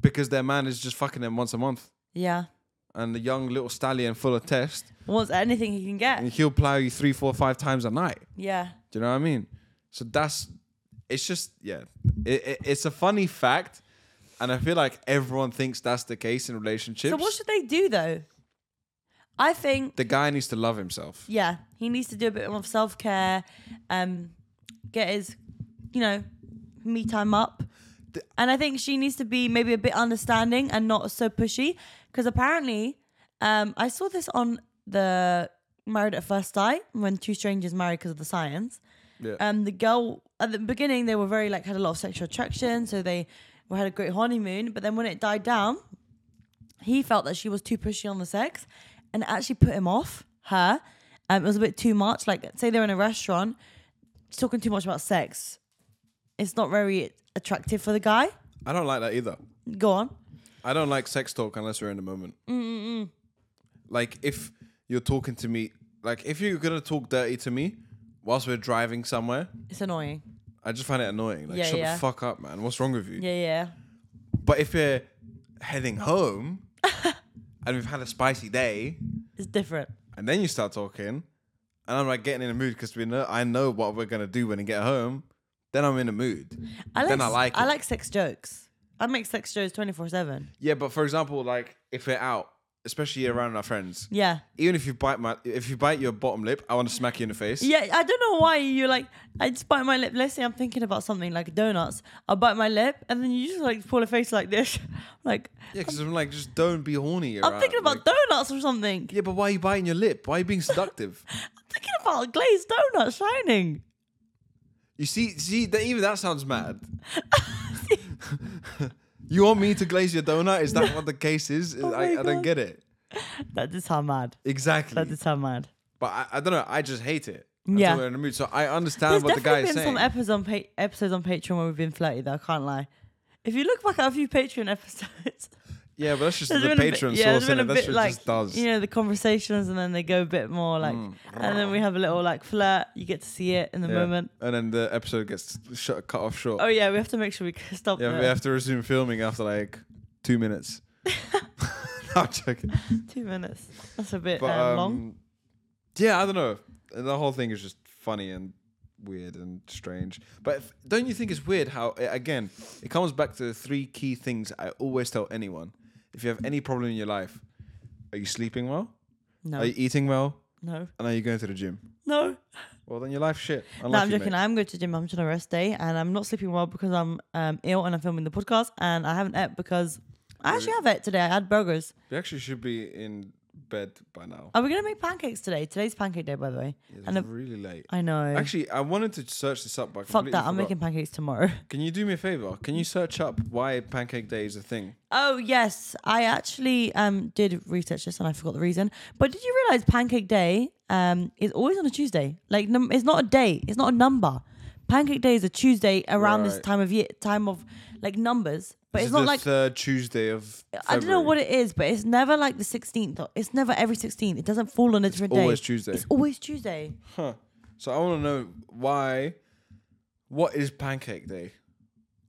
[SPEAKER 1] because their man is just fucking them once a month.
[SPEAKER 2] Yeah,
[SPEAKER 1] and the young little stallion full of test,
[SPEAKER 2] wants anything he can get.
[SPEAKER 1] and he'll plow you three, four, five times a night.
[SPEAKER 2] Yeah.
[SPEAKER 1] Do you know what I mean? So that's, it's just, yeah, it, it, it's a funny fact, and I feel like everyone thinks that's the case in relationships.
[SPEAKER 2] So what should they do though? I think
[SPEAKER 1] the guy needs to love himself.
[SPEAKER 2] yeah, he needs to do a bit of self care, um, get his, you know, me time up. And I think she needs to be maybe a bit understanding and not so pushy. Because apparently, um, I saw this on the Married at First Sight when two strangers marry because of the science.
[SPEAKER 1] Yeah.
[SPEAKER 2] Um, the girl at the beginning they were very like had a lot of sexual attraction, so they were, had a great honeymoon. But then when it died down, he felt that she was too pushy on the sex, and it actually put him off her. Um, it was a bit too much. Like say they're in a restaurant, she's talking too much about sex. It's not very attractive for the guy.
[SPEAKER 1] I don't like that either.
[SPEAKER 2] Go on.
[SPEAKER 1] I don't like sex talk unless we're in the moment.
[SPEAKER 2] Mm,
[SPEAKER 1] Mm-mm. Like if you're talking to me, like if you're gonna talk dirty to me whilst we're driving somewhere,
[SPEAKER 2] It's annoying.
[SPEAKER 1] I just find it annoying. Like
[SPEAKER 2] Yeah,
[SPEAKER 1] shut
[SPEAKER 2] yeah.
[SPEAKER 1] the fuck up, man. What's wrong with you?
[SPEAKER 2] Yeah, yeah.
[SPEAKER 1] But if you're heading home and we've had a spicy day,
[SPEAKER 2] It's different.
[SPEAKER 1] and then you start talking, and I'm like getting in the mood because we know I know what we're gonna do when we get home. Then I'm in the mood.
[SPEAKER 2] I like.
[SPEAKER 1] Then I like
[SPEAKER 2] I
[SPEAKER 1] it.
[SPEAKER 2] like sex jokes. I make sex jokes twenty four seven.
[SPEAKER 1] Yeah, but for example, like if we're out, especially around our friends,
[SPEAKER 2] Yeah.
[SPEAKER 1] even if you bite my, if you bite your bottom lip, I want to smack you in the face.
[SPEAKER 2] Yeah, I don't know why you like. I just bite my lip. Let's say I'm thinking about something like donuts. I bite my lip, and then you just like pull a face like this, like
[SPEAKER 1] Yeah, because I'm like, just don't be horny.
[SPEAKER 2] I'm
[SPEAKER 1] around,
[SPEAKER 2] thinking about
[SPEAKER 1] like-
[SPEAKER 2] donuts or something.
[SPEAKER 1] yeah, but why are you biting your lip? Why are you being seductive?
[SPEAKER 2] I'm thinking about glazed donuts shining.
[SPEAKER 1] You see, see that even that sounds mad. you want me to glaze your donut? Is that what the case is? I,
[SPEAKER 2] Oh my
[SPEAKER 1] I don't
[SPEAKER 2] God.
[SPEAKER 1] get it
[SPEAKER 2] That is how mad.
[SPEAKER 1] exactly.
[SPEAKER 2] That is how mad.
[SPEAKER 1] but I, I don't know. I just hate it.
[SPEAKER 2] Yeah.
[SPEAKER 1] until we're in the mood. So I understand
[SPEAKER 2] There's
[SPEAKER 1] what Ah, the guy
[SPEAKER 2] definitely
[SPEAKER 1] is
[SPEAKER 2] been
[SPEAKER 1] saying.
[SPEAKER 2] some episodes on pa- episodes on Patreon where we've been flirty though. I can't lie. If you look back at a few Patreon episodes,
[SPEAKER 1] yeah, but that's just
[SPEAKER 2] there's
[SPEAKER 1] the
[SPEAKER 2] been a bit,
[SPEAKER 1] patron
[SPEAKER 2] yeah, there's
[SPEAKER 1] source, and
[SPEAKER 2] been a
[SPEAKER 1] that's
[SPEAKER 2] bit
[SPEAKER 1] what
[SPEAKER 2] like
[SPEAKER 1] just does.
[SPEAKER 2] you know the conversations, and then they go a bit more like, and then we have a little like flirt. You get to see it in the
[SPEAKER 1] Mm, Yeah.
[SPEAKER 2] moment.
[SPEAKER 1] And then the episode gets sh- cut off short.
[SPEAKER 2] Oh yeah, we have to make sure we c- stop.
[SPEAKER 1] yeah,
[SPEAKER 2] Yeah,
[SPEAKER 1] we have to resume filming after like two minutes. No, I'm joking.
[SPEAKER 2] two minutes. That's a bit
[SPEAKER 1] But
[SPEAKER 2] um,
[SPEAKER 1] um,
[SPEAKER 2] long.
[SPEAKER 1] yeah, I don't know. The whole thing is just funny and weird and strange. But if, don't you think it's weird how uh, again it comes back to the three key things I always tell anyone: if you have any problem in your life, are you sleeping well?
[SPEAKER 2] No,
[SPEAKER 1] Are you eating well?
[SPEAKER 2] no,
[SPEAKER 1] And are you going to the gym?
[SPEAKER 2] no.
[SPEAKER 1] Well, then your life's shit.
[SPEAKER 2] No, I'm
[SPEAKER 1] Unlucky,
[SPEAKER 2] joking.
[SPEAKER 1] mate.
[SPEAKER 2] I'm going to the gym. I'm trying to rest day, and I'm not sleeping well because I'm um, ill and I'm filming the podcast, and I haven't ate because I actually have ate today. I had burgers.
[SPEAKER 1] You actually should be in bed by now.
[SPEAKER 2] Are we gonna make pancakes today? Today's pancake day, by the way.
[SPEAKER 1] It's
[SPEAKER 2] and a-
[SPEAKER 1] really late.
[SPEAKER 2] I know.
[SPEAKER 1] Actually, I wanted to search this up, but I
[SPEAKER 2] Fuck
[SPEAKER 1] completely
[SPEAKER 2] that. I'm
[SPEAKER 1] forgot.
[SPEAKER 2] making pancakes tomorrow.
[SPEAKER 1] Can you do me a favor? Can you search up why Pancake Day is a thing?
[SPEAKER 2] Oh yes, I actually um did research this and I forgot the reason. But did you realize Pancake Day um is always on a Tuesday? Like num- it's not a day, it's not a number. Pancake Day is a Tuesday around this
[SPEAKER 1] Right.
[SPEAKER 2] time of year, time of like numbers. But
[SPEAKER 1] This
[SPEAKER 2] it's
[SPEAKER 1] is
[SPEAKER 2] not
[SPEAKER 1] the
[SPEAKER 2] like
[SPEAKER 1] third Tuesday of.
[SPEAKER 2] I don't know
[SPEAKER 1] February.
[SPEAKER 2] what it is, but it's never like the 16th. or- It's never every 16th. It doesn't fall on a different day.
[SPEAKER 1] always Tuesday.
[SPEAKER 2] It's always Tuesday.
[SPEAKER 1] Huh. So I want to know why. What is Pancake Day?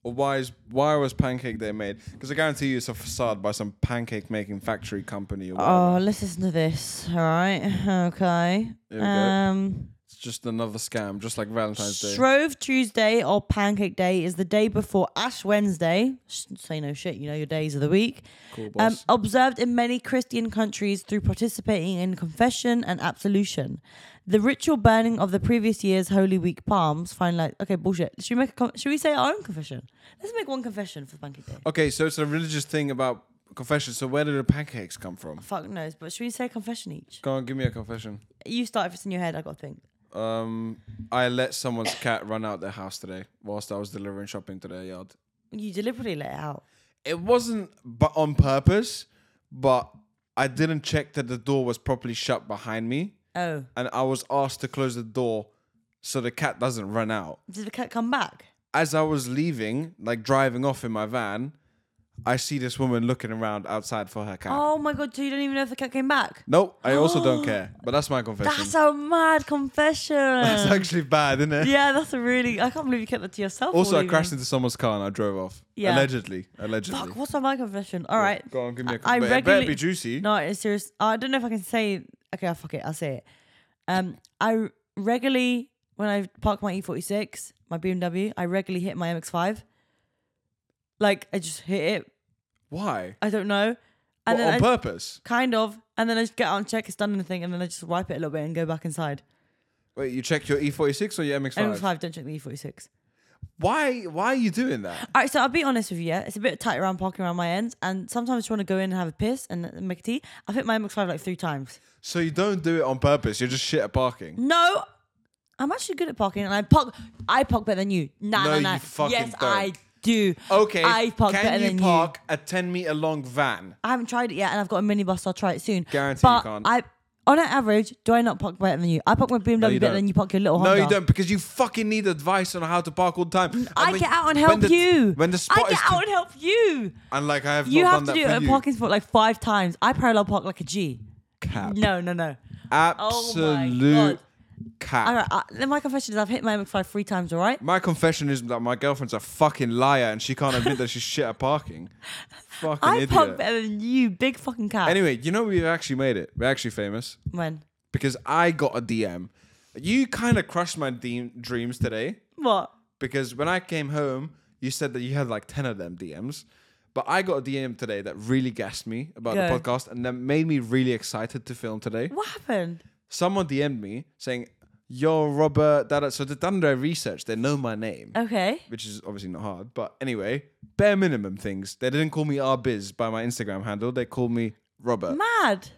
[SPEAKER 1] Or why is why was Pancake Day made? Because I guarantee you it's a facade by some pancake making factory company or whatever.
[SPEAKER 2] Oh, let's listen to this. All right. Okay.
[SPEAKER 1] Here we go.
[SPEAKER 2] Um
[SPEAKER 1] it's just another scam, just like Valentine's Day.
[SPEAKER 2] Shrove Tuesday or Pancake Day is the day before Ash Wednesday. Sh- Say no shit, you know your days of the week.
[SPEAKER 1] Cool
[SPEAKER 2] Um,
[SPEAKER 1] boss.
[SPEAKER 2] observed in many Christian countries through participating in confession and absolution. The ritual burning of the previous year's Holy Week palms. Find like okay, bullshit. Should we make? A con- should we say our own confession? Let's make one confession for Pancake Day.
[SPEAKER 1] okay, so it's a religious thing about confession. So where did the pancakes come from?
[SPEAKER 2] Fuck knows, but should we say a confession each?
[SPEAKER 1] Go on, give me a confession.
[SPEAKER 2] You start if it's in your head. I got to think.
[SPEAKER 1] Um, I let someone's cat run out their house today whilst I was delivering shopping to their yard.
[SPEAKER 2] You deliberately let it out.
[SPEAKER 1] It wasn't but on purpose, but I didn't check that the door was properly shut behind me,
[SPEAKER 2] Oh,
[SPEAKER 1] and I was asked to close the door so the cat doesn't run out.
[SPEAKER 2] did the cat come back?
[SPEAKER 1] As I was leaving, like driving off in my van, I see this woman looking around outside for her cat.
[SPEAKER 2] Oh my god! So you don't even know if the cat came back.
[SPEAKER 1] Nope, I also don't care. But that's my confession.
[SPEAKER 2] That's a mad confession.
[SPEAKER 1] That's actually bad, isn't it?
[SPEAKER 2] yeah, that's a really. I can't believe you kept that to yourself.
[SPEAKER 1] Also,
[SPEAKER 2] all
[SPEAKER 1] I crashed
[SPEAKER 2] evening.
[SPEAKER 1] into someone's car and I drove off.
[SPEAKER 2] Yeah.
[SPEAKER 1] Allegedly. Allegedly.
[SPEAKER 2] Fuck. What's on my confession? All right.
[SPEAKER 1] Go on, give me a
[SPEAKER 2] I- I
[SPEAKER 1] I, It better
[SPEAKER 2] regularly-
[SPEAKER 1] be juicy.
[SPEAKER 2] No, it's serious. I don't know if I can say. Okay, I'll fuck it. I'll say it. Um, I r- regularly when I park my E46, my BMW, I regularly hit my MX5. Like I just hit it.
[SPEAKER 1] Why?
[SPEAKER 2] I don't know.
[SPEAKER 1] What,
[SPEAKER 2] And then
[SPEAKER 1] on
[SPEAKER 2] I,
[SPEAKER 1] purpose.
[SPEAKER 2] kind of, and then I just get out and check it's done anything, and then I just wipe it a little bit and go back inside.
[SPEAKER 1] Wait, you check your E46 or your MX5?
[SPEAKER 2] MX5, don't check the E E46.
[SPEAKER 1] Why? Why are you doing that?
[SPEAKER 2] All right, so I'll be honest with you. Yeah, it's a bit tight around parking around my ends, and sometimes I just want to go in and have a piss and and make a tea. I've hit my MX5 like three times.
[SPEAKER 1] So you don't do it on purpose. You're just shit at parking.
[SPEAKER 2] No, I'm actually good at parking, and I park. I park better than you. Nah,
[SPEAKER 1] No,
[SPEAKER 2] nah,
[SPEAKER 1] you
[SPEAKER 2] nah.
[SPEAKER 1] fucking
[SPEAKER 2] yes,
[SPEAKER 1] don't.
[SPEAKER 2] I do.
[SPEAKER 1] Okay.
[SPEAKER 2] I park
[SPEAKER 1] can
[SPEAKER 2] better
[SPEAKER 1] you
[SPEAKER 2] than
[SPEAKER 1] park a 10 meter long van?
[SPEAKER 2] you. I haven't tried it yet, and I've got a minibus. So I'll try it soon.
[SPEAKER 1] Guarantee you
[SPEAKER 2] but
[SPEAKER 1] can't.
[SPEAKER 2] I, on an average, do I not park better than you? I park my BMW
[SPEAKER 1] you
[SPEAKER 2] better
[SPEAKER 1] don't.
[SPEAKER 2] than you park your little
[SPEAKER 1] No,
[SPEAKER 2] Honda.
[SPEAKER 1] you don't, because you fucking need advice on how to park all the time. And
[SPEAKER 2] I
[SPEAKER 1] when-
[SPEAKER 2] get out
[SPEAKER 1] when
[SPEAKER 2] and help
[SPEAKER 1] the-
[SPEAKER 2] you.
[SPEAKER 1] When the
[SPEAKER 2] I
[SPEAKER 1] spot
[SPEAKER 2] get
[SPEAKER 1] is
[SPEAKER 2] out and help you.
[SPEAKER 1] and like I have
[SPEAKER 2] You
[SPEAKER 1] not
[SPEAKER 2] have to
[SPEAKER 1] done
[SPEAKER 2] do it
[SPEAKER 1] that
[SPEAKER 2] at
[SPEAKER 1] for
[SPEAKER 2] a
[SPEAKER 1] you.
[SPEAKER 2] parking spot like five times. I parallel park like a G.
[SPEAKER 1] Cap.
[SPEAKER 2] No, no, no.
[SPEAKER 1] Absolute
[SPEAKER 2] Oh God.
[SPEAKER 1] cap.
[SPEAKER 2] All right. uh, I, then my confession is I've hit my MX5 three times. All right.
[SPEAKER 1] My confession is that my girlfriend's a fucking liar and she can't admit that she's shit at parking. Fucking
[SPEAKER 2] I
[SPEAKER 1] idiot.
[SPEAKER 2] park better than you, big fucking cat.
[SPEAKER 1] Anyway, you know we've actually made it. We're actually famous
[SPEAKER 2] when?
[SPEAKER 1] because I got a DM. You kind of crushed my de- dreams today
[SPEAKER 2] What?
[SPEAKER 1] because when I came home, you said that you had like 10 of them DMs. But I got a DM today that really gassed me about
[SPEAKER 2] Go.
[SPEAKER 1] the podcast and that made me really excited to film today.
[SPEAKER 2] What happened?
[SPEAKER 1] Someone DM'd me saying, Yo, Robert, da, da. so they've done their research, they know my name.
[SPEAKER 2] Okay.
[SPEAKER 1] which is obviously not hard. But anyway, bare minimum things. They didn't call me R Biz by my Instagram handle. They called me Robert.
[SPEAKER 2] Mad.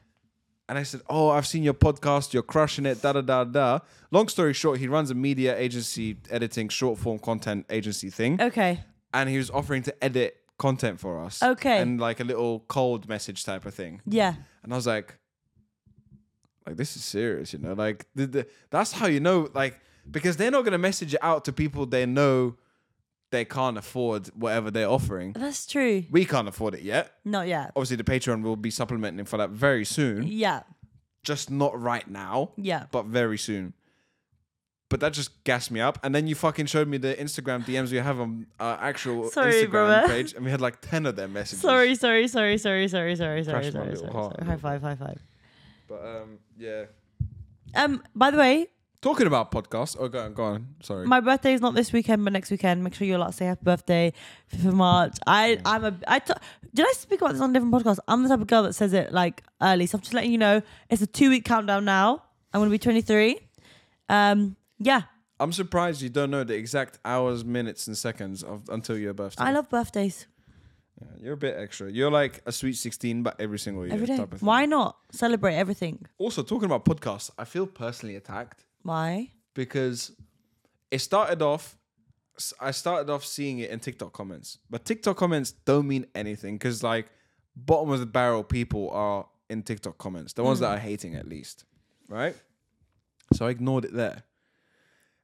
[SPEAKER 1] And I said, "Oh, I've seen your podcast. You're crushing it." Da da da da. Long story short, he runs a media agency, editing short form content agency thing,
[SPEAKER 2] Okay.
[SPEAKER 1] and he was offering to edit content for us.
[SPEAKER 2] Okay.
[SPEAKER 1] And like a little cold message type of thing.
[SPEAKER 2] Yeah.
[SPEAKER 1] And I was like, like this is serious, you know. Like the, the, that's how you know, like because they're not gonna message it out to people they know they can't afford whatever they're offering.
[SPEAKER 2] That's true.
[SPEAKER 1] We can't afford it yet.
[SPEAKER 2] Not yet.
[SPEAKER 1] Obviously, the Patreon will be supplementing for that very soon.
[SPEAKER 2] Yeah.
[SPEAKER 1] Just not right now,
[SPEAKER 2] Yeah.
[SPEAKER 1] but very soon. But that just gassed me up. And then you fucking showed me the Instagram DMs we have on our actual
[SPEAKER 2] Sorry,
[SPEAKER 1] Instagram
[SPEAKER 2] brother.
[SPEAKER 1] page, and we had like ten of their messages.
[SPEAKER 2] Sorry, sorry, sorry, sorry, sorry, sorry, sorry, sorry,
[SPEAKER 1] Crushed my
[SPEAKER 2] sorry,
[SPEAKER 1] little
[SPEAKER 2] sorry.
[SPEAKER 1] heart a
[SPEAKER 2] High
[SPEAKER 1] little
[SPEAKER 2] five, high five.
[SPEAKER 1] but um, yeah.
[SPEAKER 2] Um, by the way,
[SPEAKER 1] Talking about podcasts. Oh, go on, go on. Sorry.
[SPEAKER 2] my birthday is not this weekend, but next weekend. Make sure you're like say happy birthday, fifth of March. I, I'm a, I t- did I speak about this on a different podcast? I'm the type of girl that says it like early, so I'm just letting you know it's a two week countdown now. I'm gonna be 23. Um, Yeah.
[SPEAKER 1] I'm surprised you don't know the exact hours, minutes, and seconds of until your birthday.
[SPEAKER 2] I love birthdays
[SPEAKER 1] Yeah, you're a bit extra. You're like a sweet 16, but every single year.
[SPEAKER 2] every day.
[SPEAKER 1] type of thing.
[SPEAKER 2] Why not celebrate everything?
[SPEAKER 1] Also, talking about podcasts, I feel personally attacked
[SPEAKER 2] Why?
[SPEAKER 1] because it started off. s- I started off seeing it in TikTok comments, but TikTok comments don't mean anything because like bottom of the barrel people are in TikTok comments, the ones that are hating at least, right? So I ignored it there,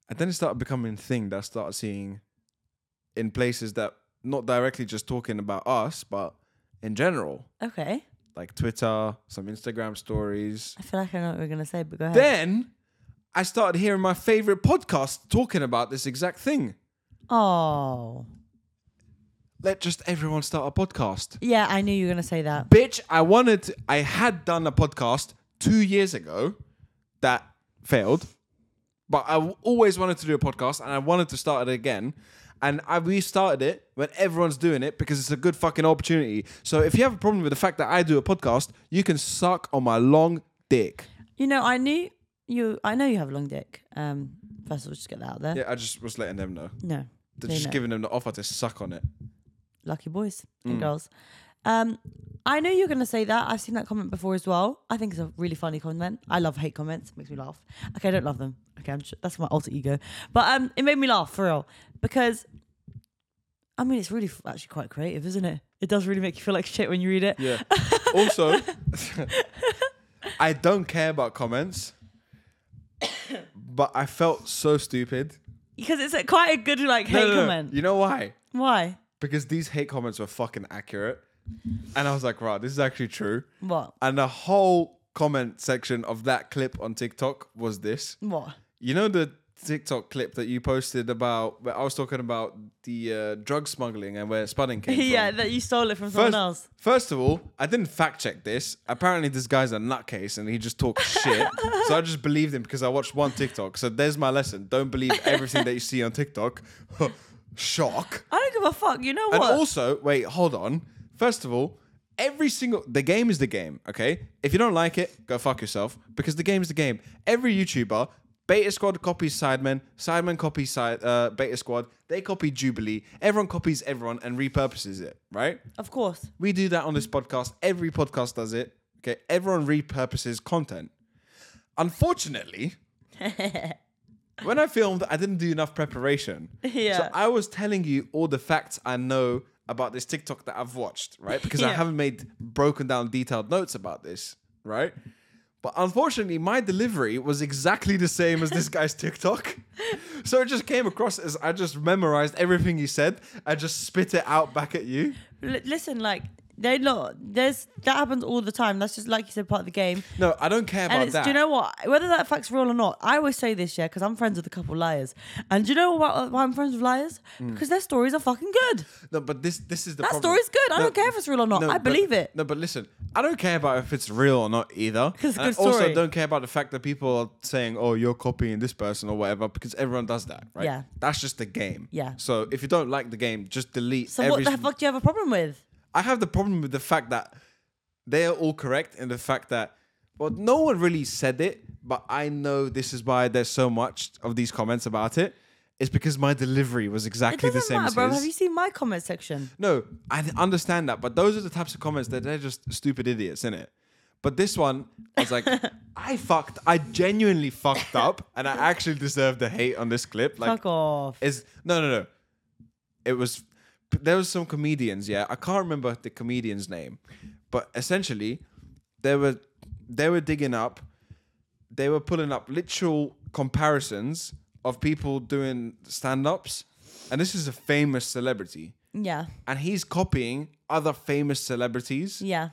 [SPEAKER 1] and then it started becoming a thing that I started seeing in places that not directly just talking about us, but in general,
[SPEAKER 2] Okay.
[SPEAKER 1] like Twitter, some Instagram stories,
[SPEAKER 2] I feel like I know what we're gonna say, but go ahead.
[SPEAKER 1] then I started hearing my favorite podcast talking about this exact thing.
[SPEAKER 2] Oh.
[SPEAKER 1] Let just everyone start a podcast.
[SPEAKER 2] Yeah, I knew you were gonna say that.
[SPEAKER 1] Bitch, I wanted to, I had done a podcast 2 years ago that failed. But I w- always wanted to do a podcast and I wanted to start it again. And I restarted it when everyone's doing it because it's a good fucking opportunity. So if you have a problem with the fact that I do a podcast, you can suck on my long dick.
[SPEAKER 2] You know, I knew you I know you have a long dick. Um first of all, just get that out there.
[SPEAKER 1] Yeah, I just was letting them know.
[SPEAKER 2] No.
[SPEAKER 1] They're
[SPEAKER 2] they
[SPEAKER 1] just
[SPEAKER 2] know.
[SPEAKER 1] giving them the offer to suck on it.
[SPEAKER 2] lucky boys and
[SPEAKER 1] Mm.
[SPEAKER 2] girls. Um, I know you're going to say that. I've seen that comment before as well. I think it's a really funny comment. I love hate comments. Makes me laugh. Okay, I don't love them. Okay, I'm just, that's my alter ego. But um, it made me laugh for real because I mean it's really f- actually quite creative, isn't it? It does really make you feel like shit when you read it.
[SPEAKER 1] Yeah. also, I don't care about comments, but I felt so stupid.
[SPEAKER 2] Because it's a, quite a good like hate comment.
[SPEAKER 1] You know why?
[SPEAKER 2] Why?
[SPEAKER 1] Because these hate comments were fucking accurate. And I was like, right, this is actually true.
[SPEAKER 2] What?
[SPEAKER 1] And the whole comment section of that clip on TikTok was this.
[SPEAKER 2] What?
[SPEAKER 1] You know the TikTok clip that you posted about where I was talking about the uh, drug smuggling and where Spudding came from?
[SPEAKER 2] yeah, that you stole it from someone else.
[SPEAKER 1] First of all, I didn't fact check this. Apparently, this guy's a nutcase and he just talks shit. so I just believed him because I watched one TikTok. So there's my lesson. Don't believe everything that you see on TikTok. Shock.
[SPEAKER 2] I don't give a fuck. You know
[SPEAKER 1] And
[SPEAKER 2] what?
[SPEAKER 1] also, wait, hold on. First of all, every single the game is the game, okay? If you don't like it, go fuck yourself because the game is the game. Every YouTuber, Beta Squad copies Sidemen, Sidemen copies side, uh, Beta Squad, they copy Jubilee, everyone copies everyone and repurposes it, right?
[SPEAKER 2] of course.
[SPEAKER 1] We do that on this podcast. Every podcast does it. Okay. Everyone repurposes content. Unfortunately, when I filmed, I didn't do enough preparation. So
[SPEAKER 2] Yeah.
[SPEAKER 1] I was telling you all the facts I know about this TikTok that I've watched, right? Because I
[SPEAKER 2] Yeah.
[SPEAKER 1] haven't made broken down detailed notes about this, right? But unfortunately, my delivery was exactly the same as this guy's TikTok. So it just came across as I just memorized everything he said. I just spit it out back at you.
[SPEAKER 2] L- listen, like they not. There's that happens all the time. That's just like you said, part of the game.
[SPEAKER 1] No, I don't care
[SPEAKER 2] And
[SPEAKER 1] about
[SPEAKER 2] it's,
[SPEAKER 1] that.
[SPEAKER 2] do you know what? Whether that fact's real or not, I always say this, yeah, because I'm friends with a couple liars. And do you know why, why I'm friends with liars? Because their stories are fucking good.
[SPEAKER 1] No, but this this is the
[SPEAKER 2] That
[SPEAKER 1] Mm. problem.
[SPEAKER 2] story's good. I
[SPEAKER 1] No,
[SPEAKER 2] don't care if it's real or not.
[SPEAKER 1] no,
[SPEAKER 2] I
[SPEAKER 1] but-
[SPEAKER 2] believe it.
[SPEAKER 1] No, but listen, I don't care about if it's real or not either.
[SPEAKER 2] 'Cause it's a
[SPEAKER 1] And
[SPEAKER 2] good
[SPEAKER 1] I also
[SPEAKER 2] story.
[SPEAKER 1] don't care about the fact that people are saying, "Oh, you're copying this person" or whatever, because everyone does that, right?
[SPEAKER 2] Yeah.
[SPEAKER 1] That's just the game.
[SPEAKER 2] Yeah.
[SPEAKER 1] So if you don't like the game, just delete.
[SPEAKER 2] So
[SPEAKER 1] every
[SPEAKER 2] what the fuck do you have a problem with?
[SPEAKER 1] I have the problem with the fact that they are all correct and the fact that well, no one really said it, but I know this is why there's so much of these comments about it. It's because my delivery was
[SPEAKER 2] It
[SPEAKER 1] exactly the
[SPEAKER 2] doesn't
[SPEAKER 1] same
[SPEAKER 2] matter,
[SPEAKER 1] as
[SPEAKER 2] bro.
[SPEAKER 1] his.
[SPEAKER 2] Have you seen my comment section?
[SPEAKER 1] No, I th- understand that, but those are the types of comments that they're just stupid idiots, innit? But this one, I was like, I fucked. I genuinely fucked up, and I actually deserve the hate on this clip. Like,
[SPEAKER 2] fuck off.
[SPEAKER 1] is no, no, no. It was there was some comedians. Yeah, I can't remember the comedian's name, but essentially, they were they were digging up, they were pulling up literal comparisons of people doing stand ups, and this is a famous celebrity
[SPEAKER 2] yeah,
[SPEAKER 1] and he's copying other famous celebrities.
[SPEAKER 2] yeah.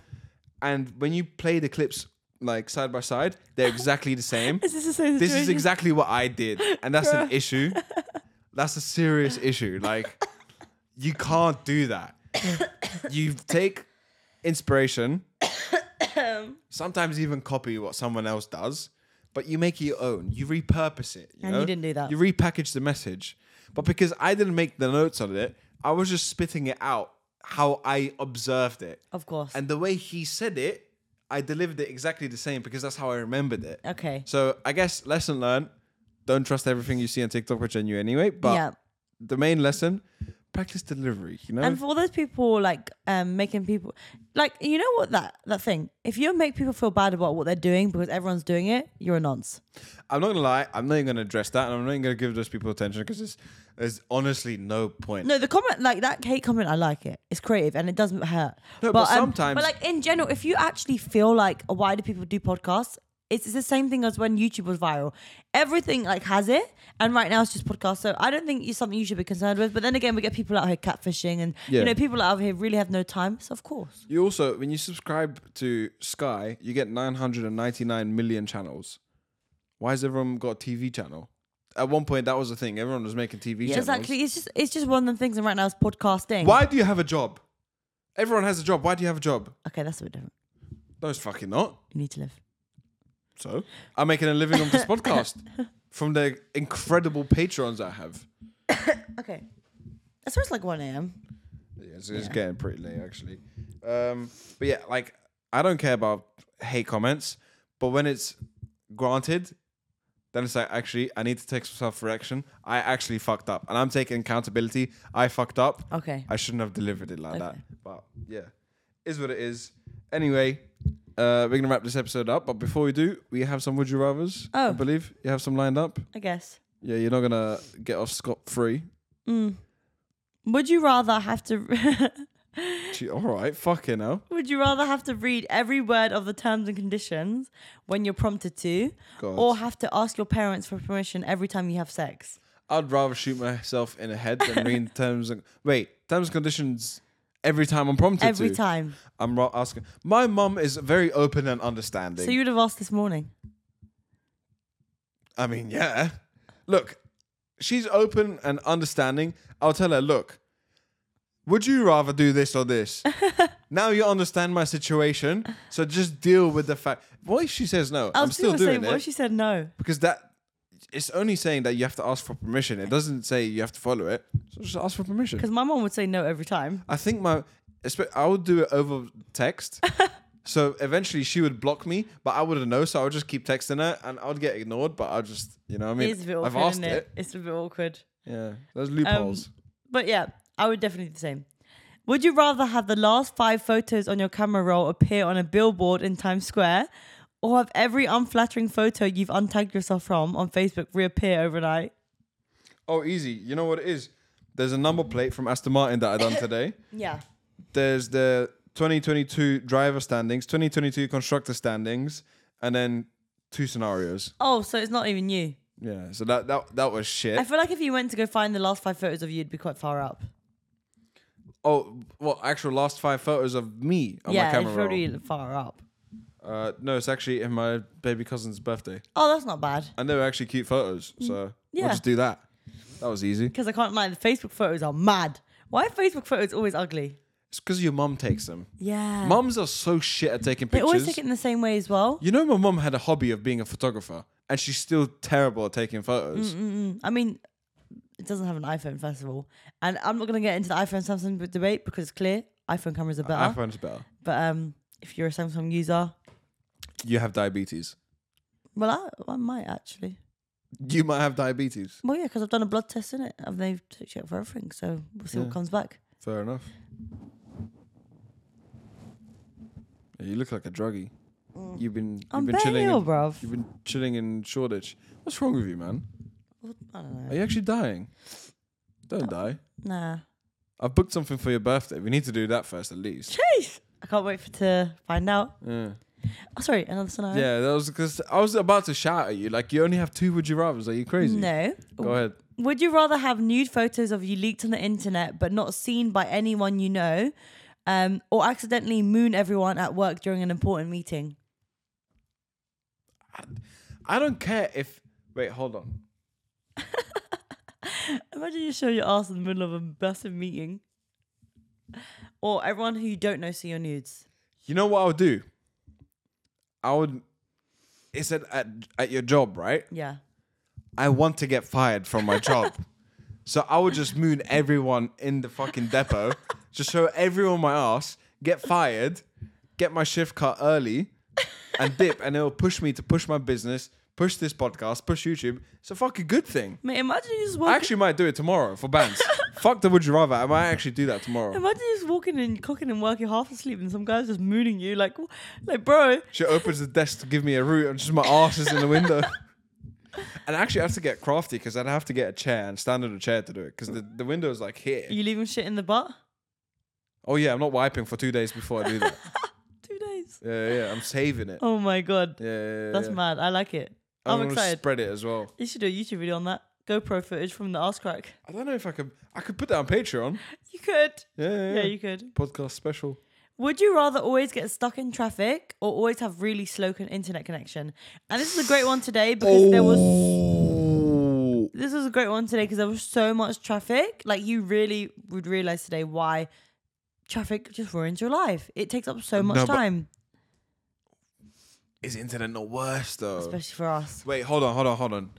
[SPEAKER 1] And when you play the clips like side by side, they're exactly the same.
[SPEAKER 2] Is this the same
[SPEAKER 1] This is
[SPEAKER 2] situation?
[SPEAKER 1] exactly what I did, and that's an issue. That's a serious issue. Like, you can't do that. You take inspiration, sometimes even copy what someone else does, but you make it your own. You repurpose it.
[SPEAKER 2] And you didn't do that.
[SPEAKER 1] You repackage the message. But because I didn't make the notes on it, I was just spitting it out how I observed it.
[SPEAKER 2] Of course.
[SPEAKER 1] And the way he said it, I delivered it exactly the same because that's how I remembered it.
[SPEAKER 2] okay.
[SPEAKER 1] So I guess lesson learned. Don't trust everything you see on TikTok, which I knew anyway. But
[SPEAKER 2] yeah.
[SPEAKER 1] the main lesson, practice delivery, you know?
[SPEAKER 2] And for all those people like um making people like you know what that that thing. If you make people feel bad about what they're doing because everyone's doing it, you're a nonce.
[SPEAKER 1] I'm not gonna lie, I'm not even gonna address that, and I'm not even gonna give those people attention because there's, there's honestly no point.
[SPEAKER 2] No, the comment like that hate comment, I like it. It's creative and it doesn't hurt.
[SPEAKER 1] No, but sometimes-
[SPEAKER 2] but like in general, if you actually feel like oh, why do people do podcasts? It's, it's the same thing as when YouTube was viral. Everything like has it, and right now it's just podcasts. So I don't think it's something you should be concerned with. But then again, we get people out here catfishing, and
[SPEAKER 1] Yeah.
[SPEAKER 2] you know people out here really have no time. So of course,
[SPEAKER 1] You also, when you subscribe to Sky, you get 999 million channels. Why has everyone got a TV channel? At one point, that was the thing. Everyone was making TV channels.
[SPEAKER 2] exactly. It's just it's just one of the things, and right now it's podcasting.
[SPEAKER 1] Why do you have a job? Everyone has a job. Why do you have a job?
[SPEAKER 2] Okay, that's a bit different.
[SPEAKER 1] No, it's fucking not.
[SPEAKER 2] You need to live.
[SPEAKER 1] So I'm making a living on this podcast from the incredible patrons I have.
[SPEAKER 2] Okay, that sounds like one a.m.
[SPEAKER 1] Yeah, it's, it's getting pretty late actually. Um, but yeah, like I don't care about hate comments, but when it's granted, then it's like actually I need to take some self correction. I actually fucked up, and I'm taking accountability. I fucked up.
[SPEAKER 2] Okay,
[SPEAKER 1] I shouldn't have delivered it like that. But yeah, is what it is. Anyway, uh, we're gonna wrap this episode up. But before we do, we have some would you rather's. I
[SPEAKER 2] Oh.
[SPEAKER 1] believe you have some lined up.
[SPEAKER 2] I guess.
[SPEAKER 1] Yeah, you're not gonna get off scot free.
[SPEAKER 2] Would you rather have to?
[SPEAKER 1] Gee, All right, fucking hell.
[SPEAKER 2] Would you rather have to read every word of the terms and conditions when you're prompted to,
[SPEAKER 1] God.
[SPEAKER 2] or have to ask your parents for permission every time you have sex?
[SPEAKER 1] I'd rather shoot myself in the head than read terms and wait terms and conditions every time I'm prompted.
[SPEAKER 2] every
[SPEAKER 1] to.
[SPEAKER 2] time.
[SPEAKER 1] I'm ro- asking. My mum is very open and understanding.
[SPEAKER 2] So you would have asked this morning.
[SPEAKER 1] I mean, yeah. Look, she's open and understanding. I'll tell her, look, would you rather do this or this? now you understand my situation, so just deal with the fact. What if she says no?
[SPEAKER 2] I
[SPEAKER 1] I'm
[SPEAKER 2] was
[SPEAKER 1] still
[SPEAKER 2] gonna say,
[SPEAKER 1] doing
[SPEAKER 2] What
[SPEAKER 1] it
[SPEAKER 2] if she said no?
[SPEAKER 1] because that it's only saying that you have to ask for permission. It doesn't say you have to follow it. So just ask for permission.
[SPEAKER 2] Because my mom would say no every time.
[SPEAKER 1] I think my, espe- I would do it over text. so eventually she would block me, but I wouldn't know. So I would just keep texting her, and I would get ignored. But I just, you know, what I mean,
[SPEAKER 2] it is a bit
[SPEAKER 1] I've
[SPEAKER 2] awkward,
[SPEAKER 1] asked
[SPEAKER 2] isn't
[SPEAKER 1] it.
[SPEAKER 2] it? Um, It's a bit awkward.
[SPEAKER 1] Yeah, those loopholes.
[SPEAKER 2] But yeah, I would definitely do the same. Would you rather have the last five photos on your camera roll appear on a billboard in Times Square, or have every unflattering photo you've untagged yourself from on Facebook reappear overnight?
[SPEAKER 1] oh, easy. You know what it is? There's a number plate from Aston Martin that I done today.
[SPEAKER 2] Yeah.
[SPEAKER 1] There's the 2022 driver standings, 2022 constructor standings, and then two scenarios.
[SPEAKER 2] Oh, so it's not even you.
[SPEAKER 1] Yeah, so that that that was shit.
[SPEAKER 2] I feel like if you went to go find the last five photos of you, you'd be quite far up.
[SPEAKER 1] oh, well, actual last five photos of me on my
[SPEAKER 2] yeah, it's
[SPEAKER 1] camera roll.
[SPEAKER 2] probably far up.
[SPEAKER 1] Uh, no, it's actually in my baby cousin's birthday.
[SPEAKER 2] Oh, that's not bad.
[SPEAKER 1] And they were actually cute photos. So
[SPEAKER 2] Mm, Yeah.
[SPEAKER 1] we'll just do that. That was easy.
[SPEAKER 2] Because I can't lie, the Facebook photos are mad. Why are Facebook photos always ugly?
[SPEAKER 1] It's because your mum takes them.
[SPEAKER 2] Yeah.
[SPEAKER 1] Mums are so shit at taking
[SPEAKER 2] they
[SPEAKER 1] pictures.
[SPEAKER 2] always take it in the same way as well.
[SPEAKER 1] You know, my mum had a hobby of being a photographer, and she's still terrible at taking photos.
[SPEAKER 2] Mm, I mean, it doesn't have an iPhone, first of all. And I'm not going to get into the iPhone Samsung b- debate because it's clear iPhone cameras are better.
[SPEAKER 1] iPhone's better.
[SPEAKER 2] But um, if you're a Samsung user,
[SPEAKER 1] You have diabetes.
[SPEAKER 2] well, I, I might actually.
[SPEAKER 1] You might have diabetes.
[SPEAKER 2] Well, yeah, because I've done a blood test in it and they've checked for everything. So we'll see
[SPEAKER 1] Yeah.
[SPEAKER 2] what comes back.
[SPEAKER 1] Fair enough. Yeah, you look like a druggie. You've been you've
[SPEAKER 2] Mm. I'm
[SPEAKER 1] been chilling.
[SPEAKER 2] bail,
[SPEAKER 1] in-
[SPEAKER 2] bruv.
[SPEAKER 1] You've been chilling in Shoreditch. What's wrong with you, man?
[SPEAKER 2] Well, I don't
[SPEAKER 1] Are
[SPEAKER 2] know.
[SPEAKER 1] you actually dying? Don't die.
[SPEAKER 2] Nah.
[SPEAKER 1] I've booked something for your birthday. We need to do that first, at least.
[SPEAKER 2] Jeez. I can't wait for to find out.
[SPEAKER 1] Yeah.
[SPEAKER 2] Oh, sorry, another scenario.
[SPEAKER 1] Yeah, that was because I was about to shout at you. Like, you only have two would you rather's. Are you crazy?
[SPEAKER 2] No.
[SPEAKER 1] Go ahead.
[SPEAKER 2] Would you rather have nude photos of you leaked on the internet but not seen by anyone you know, um, or accidentally moon everyone at work during an important meeting?
[SPEAKER 1] I don't care if. Wait, hold on.
[SPEAKER 2] Imagine you show your ass in the middle of a massive meeting, or everyone who you don't know see your nudes.
[SPEAKER 1] You know what I would do? I would. It's at, at at your job, right?
[SPEAKER 2] Yeah.
[SPEAKER 1] I want to get fired from my job, so I would just moon everyone in the fucking depot, just show everyone my ass, get fired, get my shift cut early, and dip, and it'll push me to push my business, push this podcast, push YouTube. It's a fucking good thing.
[SPEAKER 2] Mate, imagine you just
[SPEAKER 1] I
[SPEAKER 2] walking.
[SPEAKER 1] actually might do it tomorrow for bands. Fuck the would you rather. I might actually do that tomorrow.
[SPEAKER 2] Imagine you just walking and cooking and working half asleep, and some guy's just mooning you like, "Wh- like, bro,
[SPEAKER 1] She opens the desk to give me a root, and just my arse is in the window. And actually, I have to get crafty because I'd have to get a chair and stand on a chair to do it because the, the window is like here.
[SPEAKER 2] are you leaving shit in the butt?"
[SPEAKER 1] Oh yeah, I'm not wiping for two days before I do that.
[SPEAKER 2] Two days.
[SPEAKER 1] yeah, yeah, I'm saving it.
[SPEAKER 2] Oh my god,
[SPEAKER 1] Yeah, yeah, yeah,
[SPEAKER 2] that's
[SPEAKER 1] yeah.
[SPEAKER 2] mad. I like it. I'm,
[SPEAKER 1] gonna
[SPEAKER 2] excited.
[SPEAKER 1] Spread it as well.
[SPEAKER 2] you should do a YouTube video on that GoPro footage from the ass crack.
[SPEAKER 1] I don't know if I could. I could put that on Patreon.
[SPEAKER 2] You could.
[SPEAKER 1] Yeah, yeah,
[SPEAKER 2] Yeah,
[SPEAKER 1] yeah.
[SPEAKER 2] you could.
[SPEAKER 1] podcast special.
[SPEAKER 2] Would you rather always get stuck in traffic or always have really slow con- internet connection? And this is a great one today because there was
[SPEAKER 1] Oh.
[SPEAKER 2] this was a great one today because there was so much traffic. Like you really would realize today why traffic just ruins your life. It takes up so much
[SPEAKER 1] No, but-
[SPEAKER 2] time,
[SPEAKER 1] Is internet not worse though?
[SPEAKER 2] especially for us.
[SPEAKER 1] Wait, hold on, hold on, hold on.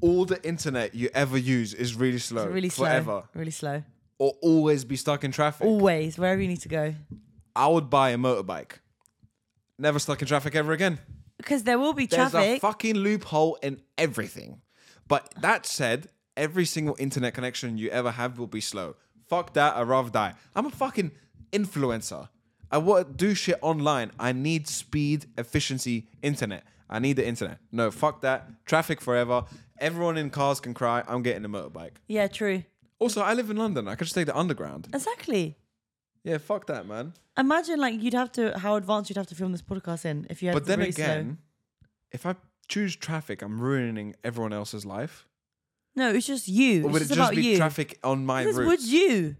[SPEAKER 1] All the internet you ever use is really slow.
[SPEAKER 2] It's really slow.
[SPEAKER 1] Forever.
[SPEAKER 2] Really slow.
[SPEAKER 1] Or always be stuck in traffic.
[SPEAKER 2] Always wherever you need to go.
[SPEAKER 1] I would buy a motorbike. Never stuck in traffic ever again.
[SPEAKER 2] Because there will be
[SPEAKER 1] There's a
[SPEAKER 2] traffic.
[SPEAKER 1] fucking loophole in everything. But that said, every single internet connection you ever have will be slow. Fuck that, I'd rather die. I'm a fucking influencer. I want to do shit online. I need speed, efficiency, internet. I need the internet. No, fuck that. Traffic forever. Everyone in cars can cry. I'm getting a motorbike.
[SPEAKER 2] yeah, true.
[SPEAKER 1] Also, I live in London. I could just take the underground.
[SPEAKER 2] Exactly.
[SPEAKER 1] Yeah, fuck that, man.
[SPEAKER 2] Imagine like you'd have to how advanced you'd have to film this podcast in if you had
[SPEAKER 1] But then
[SPEAKER 2] really slow.
[SPEAKER 1] again, if I choose traffic, I'm ruining everyone else's life.
[SPEAKER 2] No, it's just you.
[SPEAKER 1] Or
[SPEAKER 2] It's
[SPEAKER 1] would
[SPEAKER 2] just
[SPEAKER 1] it just
[SPEAKER 2] about
[SPEAKER 1] be
[SPEAKER 2] you.
[SPEAKER 1] traffic on my
[SPEAKER 2] Because
[SPEAKER 1] route?
[SPEAKER 2] would you?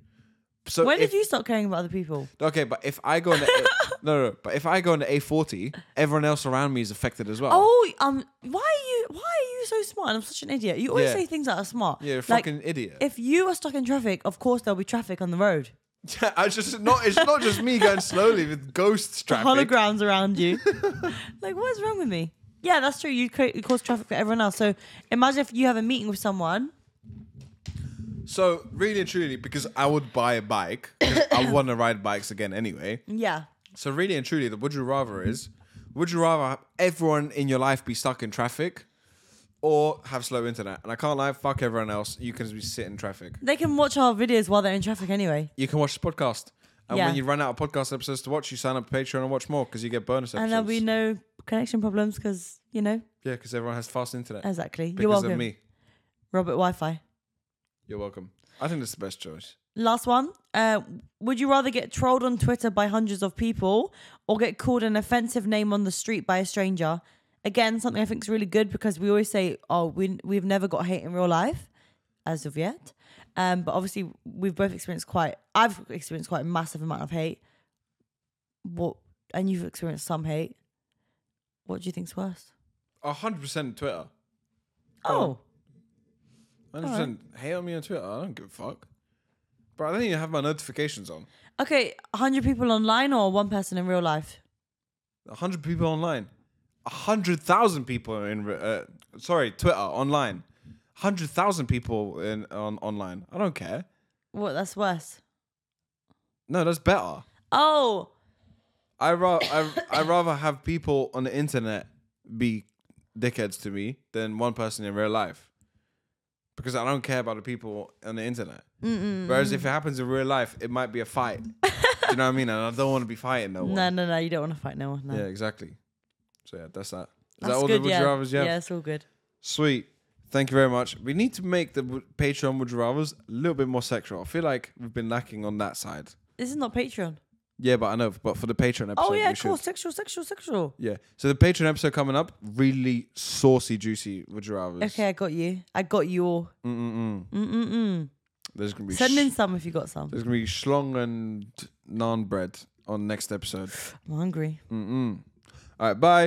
[SPEAKER 1] So
[SPEAKER 2] when
[SPEAKER 1] if,
[SPEAKER 2] did you start caring about other people?
[SPEAKER 1] Okay, but if I go on the no, no, no, but if I go on the A40, everyone else around me is affected as well.
[SPEAKER 2] Oh, um, why are you? Why are you so smart? I'm such an idiot. You always
[SPEAKER 1] Yeah.
[SPEAKER 2] say things that are smart.
[SPEAKER 1] yeah, you're a
[SPEAKER 2] like,
[SPEAKER 1] fucking idiot.
[SPEAKER 2] If you are stuck in traffic, of course there'll be traffic on the road.
[SPEAKER 1] I just not. It's not just me going slowly with ghosts traffic.
[SPEAKER 2] Holograms around you. like, what is wrong with me? Yeah, that's true. You create, you cause traffic for everyone else. So imagine if you have a meeting with someone.
[SPEAKER 1] So really and truly, because I would buy a bike. 'cause I want to ride bikes again anyway.
[SPEAKER 2] Yeah.
[SPEAKER 1] So really and truly, the would you rather
[SPEAKER 2] Mm-hmm.
[SPEAKER 1] is: would you rather have everyone in your life be stuck in traffic, or have slow internet? And I can't lie, fuck everyone else. You can just be sit in traffic.
[SPEAKER 2] They can watch our videos while they're in traffic anyway.
[SPEAKER 1] you can watch the podcast. And
[SPEAKER 2] Yeah.
[SPEAKER 1] when you run out of podcast episodes to watch, you sign up to Patreon and watch more because you get bonus episodes.
[SPEAKER 2] And there'll be no connection problems because, you know,
[SPEAKER 1] yeah, because everyone has fast internet.
[SPEAKER 2] exactly.
[SPEAKER 1] because
[SPEAKER 2] You're welcome.
[SPEAKER 1] of me.
[SPEAKER 2] Robert Wi Fi.
[SPEAKER 1] You're welcome. I think that's the best choice.
[SPEAKER 2] Last one. Uh, would you rather get trolled on Twitter by hundreds of people or get called an offensive name on the street by a stranger? Again, something I think is really good because we always say, "Oh, we we've never got hate in real life, as of yet." Um, but obviously, we've both experienced quite. I've experienced quite a massive amount of hate. What and you've experienced some hate. What do you think's worse?
[SPEAKER 1] A 100% Twitter.
[SPEAKER 2] Oh,
[SPEAKER 1] 100% hate on me on Twitter. I don't give a fuck. Bro, I don't even have my notifications on.
[SPEAKER 2] okay. hundred people online or one person in real life?
[SPEAKER 1] 100 people online. 100,000 people in. re- Uh, sorry, Twitter, online. 100,000 people in on online. I don't care.
[SPEAKER 2] What? That's worse.
[SPEAKER 1] No, that's better.
[SPEAKER 2] Oh.
[SPEAKER 1] I ra- I I rather have people on the internet be dickheads to me than one person in real life, because I don't care about the people on the internet. Whereas if it happens in real life, it might be a fight. Do you know what I mean? And I don't want to be fighting no one.
[SPEAKER 2] No, no, no. You don't want to fight no one. No.
[SPEAKER 1] Yeah, exactly. So yeah, that's that. Is
[SPEAKER 2] That's
[SPEAKER 1] that all
[SPEAKER 2] good,
[SPEAKER 1] the would
[SPEAKER 2] yeah.
[SPEAKER 1] you rather's you have?
[SPEAKER 2] Yeah, it's all good.
[SPEAKER 1] Sweet. Thank you very much. We need to make the w- Patreon would you rather's a little bit more sexual. I feel like we've been lacking on that side.
[SPEAKER 2] This is not Patreon.
[SPEAKER 1] Yeah, but I know. But for the Patreon episode,
[SPEAKER 2] Oh yeah,
[SPEAKER 1] we
[SPEAKER 2] of
[SPEAKER 1] should.
[SPEAKER 2] course. Sexual, sexual, sexual.
[SPEAKER 1] Yeah. So the Patreon episode coming up, really saucy, juicy. Would you rather?
[SPEAKER 2] Okay, I got you. I got you all.
[SPEAKER 1] There's gonna be
[SPEAKER 2] Send
[SPEAKER 1] sh-
[SPEAKER 2] in some if you got some.
[SPEAKER 1] there's gonna be schlong and naan bread on next episode.
[SPEAKER 2] I'm hungry.
[SPEAKER 1] All right. Bye.